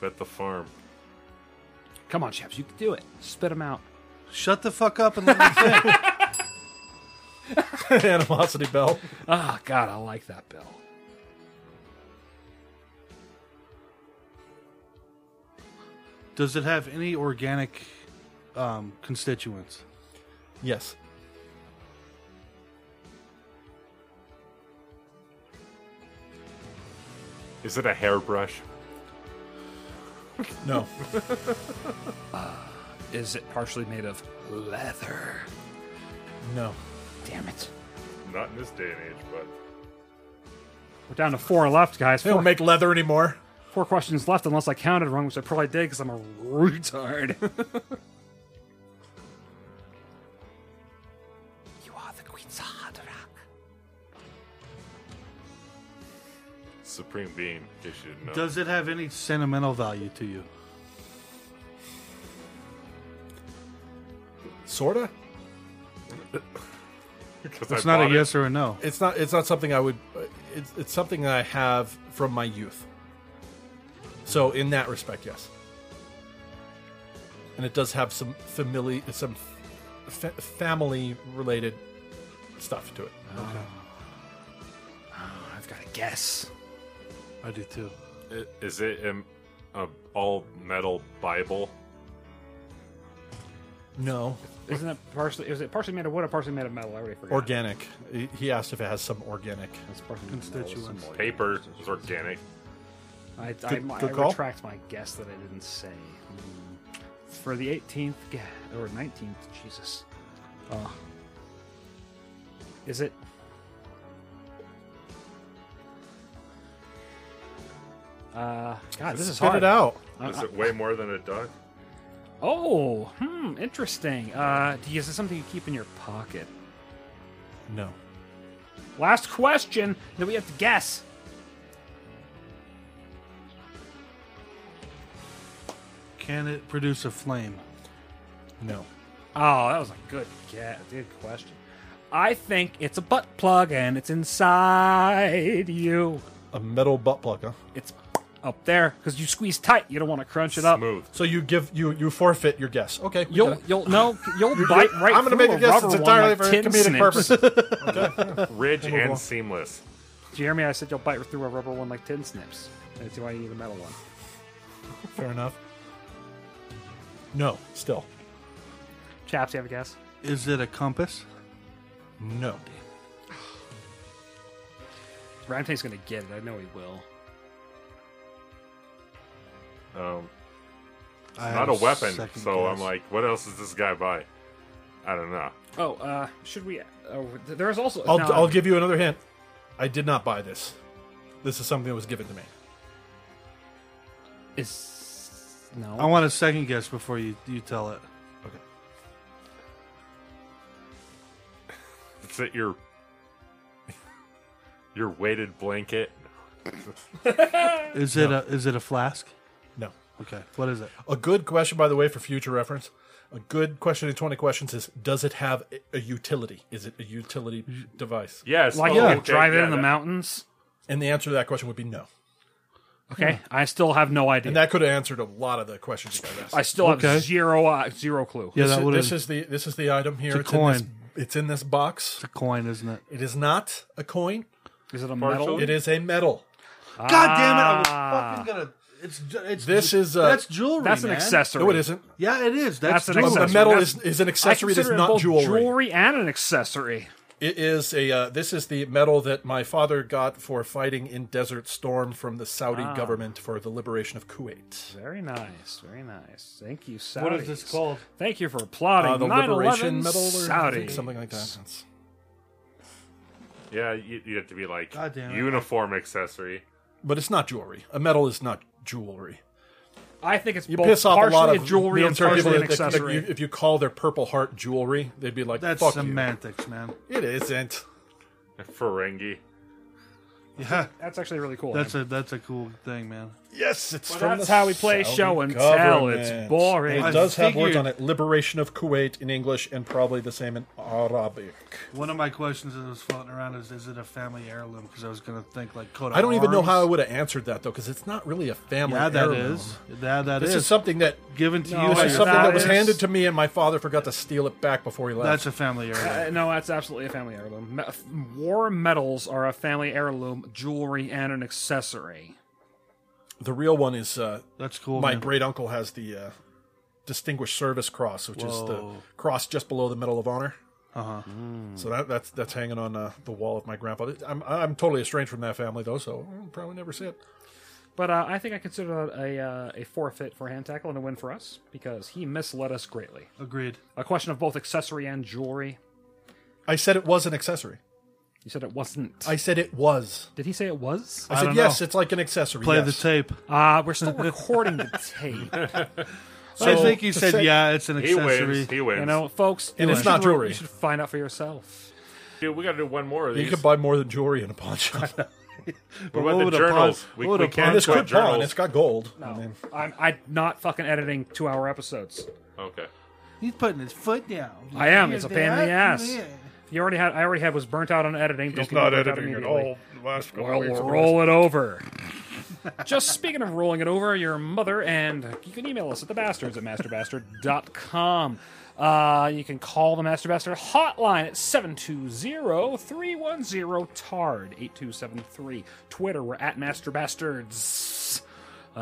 S5: Bet the farm.
S1: Come on, chaps, you can do it. Spit them out.
S6: Shut the fuck up and let me think.
S3: animosity belt?
S1: Ah, God, I like that bill.
S6: Does it have any organic um, constituents?
S3: Yes.
S5: Is it a hairbrush?
S3: No.
S1: Is it partially made of leather?
S3: No.
S1: Damn it.
S5: Not in this day and age, but
S1: We're down to four left, guys.
S3: They don't
S1: Four,
S3: make leather anymore.
S1: four questions left, unless I counted wrong, which I probably did because I'm a retard. you are the Queen's Hard Rock.
S5: Supreme Being, in case you didn't know.
S6: Does it have any sentimental value to you?
S3: Sorta.
S6: It's not a yes or a no.
S3: It's not. It's not something I would. It's, it's something I have from my youth. So in that respect, yes. And it does have some family, some fa- family related stuff to it.
S1: I've got a guess.
S6: I do too.
S5: I- Is it an a all metal Bible?
S3: No,
S1: Isn't it partially? Is it partially made of wood or partially made of metal? I already forgot.
S3: organic. He- He asked if it has some organic.
S1: It's partially made of metal,
S6: Constituents.
S1: some
S5: Paper is organic.
S1: I,
S3: Good-
S1: I,
S3: good
S1: I
S3: call.
S1: retract my guess that I didn't say. Hmm. For the 18th, ga- or 19th, Jesus. Uh, is it. Uh, God, this is
S3: Spit
S1: hard.
S3: it out.
S1: I-
S5: Is
S1: I-
S5: it way more than a duck?
S1: oh, hmm, interesting. Uh, do you- is it something you keep in your pocket?
S3: No.
S1: Last question that we have to guess.
S6: Can it produce a flame?
S3: No.
S1: Oh, that was a good guess. Good question. I think it's a butt plug and it's inside you.
S3: A metal butt plug, huh?
S1: It's up there because you squeeze tight. You don't want to crunch it up.
S5: Smooth.
S3: So you give you you forfeit your guess. Okay. we
S1: You'll
S3: got it.
S1: you'll no you'll bite right.
S3: I'm gonna
S1: through
S3: make a guess.
S1: rubber
S3: It's
S1: one
S3: entirely
S1: like
S3: for
S1: tin
S3: comedic
S1: snips.
S3: purposes.
S5: Ridge
S3: on.
S5: and seamless.
S1: Jeremy, I said you'll bite through a rubber one like tin snips. That's why you need a metal one.
S3: Fair enough. No. Still.
S1: Chaps, you have a guess?
S6: Is it a compass?
S3: No.
S1: Ramtay's gonna get it. I know he will.
S5: Um,
S6: I
S5: not
S6: had
S5: a weapon. So
S6: second
S5: I'm
S6: guess.
S5: like, what else does this guy buy? I don't know.
S1: Oh, uh, should we? Oh, th- there's also.
S3: I'll,
S1: no,
S3: I'll give you another hint. I did not buy this. This is something that was given to me.
S1: Is no.
S6: I want a second guess before you, you tell it.
S3: Okay.
S5: It's at your your weighted blanket.
S6: Is it a is it a flask?
S3: No.
S6: Okay. What is it?
S3: A good question, by the way, for future reference. A good question in 20 questions is Does it have a, a utility? Is it a utility device?
S5: Yes.
S1: like
S5: oh,
S1: you
S5: okay,
S1: drive it
S5: yeah,
S1: in the
S5: that-
S1: mountains.
S3: And the answer to that question would be no.
S1: Okay, I still have no idea.
S3: And that could have answered a lot of the questions you guys asked.
S1: I still
S6: Okay.
S1: have zero uh, zero clue.
S6: Yeah,
S3: this,
S6: that
S3: is,
S6: would
S3: this
S6: have
S3: is the this is the item here.
S6: a
S3: It's, in this,
S6: coin.
S3: it's in this box.
S6: a coin, isn't it?
S3: It is not a coin.
S1: Is it a metal?
S3: It is a medal.
S6: God damn it! I
S1: Ah.
S6: was fucking gonna. It's ju- it's
S3: This is uh,
S6: that's jewelry.
S1: That's an
S6: man.
S1: accessory.
S3: no, it isn't.
S6: Yeah, it is.
S1: That's
S6: That's,
S1: an
S6: jewelry.
S3: The
S1: accessory.
S3: medal
S1: That's-
S3: is, is an
S1: I
S3: accessory that's
S1: consider it
S3: not
S1: both
S3: jewelry.
S1: jewelry and an accessory.
S3: It is a. Uh, this is the medal that my father got for fighting in Desert Storm from the Saudi
S1: Ah.
S3: government for the liberation of Kuwait.
S1: Very nice, very nice. Thank you, Saudis.
S6: What is this called?
S1: Thank you for applauding
S3: Uh, the
S1: 9/11
S3: liberation medal, or I
S1: Saudi.
S3: think something like that. That's-
S5: Yeah, you, you have to be like
S6: God damn it.
S5: uniform accessory.
S3: But it's not jewelry. A medal is not jewelry.
S1: I think it's
S3: You
S1: both
S3: piss off a
S1: partially
S3: lot of
S1: jewelry and
S3: military
S1: partially
S3: people
S1: an
S3: that- that- that
S1: accessory.
S3: you- if you call their Purple Heart jewelry, they'd be like,
S6: That's
S3: "Fuck
S6: semantics, man.
S3: you." It isn't.
S5: Ferengi.
S6: Yeah,
S1: That's actually really cool.
S6: that's a that's a cool thing, man.
S3: Yes, it's
S1: Well,
S3: from
S1: that's
S3: the
S1: how we play
S3: Saudi
S1: show and tell.
S3: government.
S1: It's boring.
S3: And it
S6: I
S3: does have words
S6: figured-
S3: on it: liberation of Kuwait in English, and probably the same in Arabic.
S6: One of my questions that was floating around is, is it a family heirloom? Because I was gonna think like coat. Of
S3: I don't even know
S6: arms.
S3: how I would have answered that though, because it's not really a family.
S6: Yeah, that
S3: heirloom.
S6: is. Yeah, that
S3: This
S6: is.
S3: is something that
S6: given to
S1: No,
S6: you.
S1: it's
S6: by
S3: something
S6: your
S1: not.
S3: that
S6: father.
S3: was
S1: is-
S3: handed to me, and my father forgot to steal it back before he left.
S6: That's a family heirloom.
S1: Uh, no, that's absolutely a family heirloom. Me- War medals are a family heirloom, jewelry, and an accessory.
S3: the real one is uh,
S6: That's cool.
S3: my
S6: man.
S3: great uncle has the uh, Distinguished Service Cross, which is the
S6: Whoa.
S3: cross just below the Medal of Honor.
S6: Uh-huh.
S1: Hmm.
S3: So that, that's that's hanging on uh, the wall of my grandfather. I'm I'm totally estranged from that family though, so I'll probably never see it.
S1: But uh, I think I consider that a, uh, a forfeit for hand tackle and a win for us because he misled us greatly.
S6: Agreed.
S1: A question of both accessory and jewelry.
S3: I said it was an accessory.
S1: You said it wasn't.
S3: I said it was.
S1: Did he say it was?
S3: I, said
S6: don't
S3: yes.
S6: know.
S3: It's like an accessory.
S6: Play
S3: yes.
S6: the tape.
S1: Uh, we're still recording the tape.
S6: I
S3: So,
S6: think you
S3: to
S6: said
S3: say-
S6: yeah. It's an
S5: He
S6: accessory.
S5: wins. He wins.
S1: You know, folks,
S3: And
S1: you
S3: it's
S1: should
S3: not
S1: re-
S3: jewelry.
S1: You should find out for yourself.
S5: Dude, we got to do one more of
S3: You
S5: these.
S3: could buy more than jewelry in a pawn shop.
S5: what
S6: What
S5: about
S6: would
S5: the
S6: a
S5: journals?
S6: pause-
S5: We,
S6: what would
S5: we
S6: a
S5: can't
S3: and it's
S5: cut
S3: good pawn.
S5: journals.
S3: It's got gold. I
S1: No,
S3: mean,
S1: I'm, I'm not fucking editing two-hour episodes.
S5: Okay.
S6: He's putting his foot down.
S1: I am. It's a pain in the ass.
S6: Yeah.
S1: You already had. I already had was burnt out on editing. Don't
S5: He's
S1: get me
S5: not
S1: burnt out
S5: editing at
S1: immediately.
S5: all. The Last couple
S1: Well,
S5: weeks
S1: we'll
S5: of
S1: roll it over. Just speaking of rolling it over, your mother, and you can email us at thebastards at masterbastard.com. Uh, you can call the Master Bastard hotline at 720-310-TARD, 8273. Twitter, we're at Master Bastards. Uh,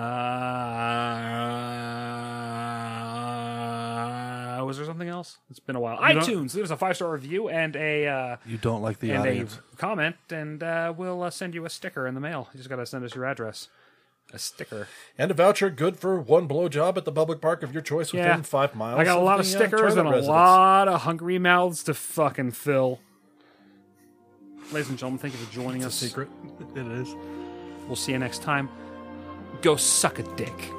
S1: was there something else? It's been a while.
S6: don't-
S1: iTunes, leave us a five-star review and a... Uh,
S6: You don't like the
S1: and
S6: audience.
S1: a comment, and uh, we'll uh, send you a sticker in the mail. You just got to send us your address. A sticker.
S3: and a voucher good for one blowjob at the public park of your choice within
S1: Yeah.
S3: five miles.
S1: I got a lot of
S3: the, uh,
S1: stickers and
S3: Turner
S1: a
S3: residence.
S1: lot of hungry mouths to fucking fill. Ladies and gentlemen, thank you for joining us.
S3: Secret.
S6: It is.
S1: We'll see you next time. Go suck a dick.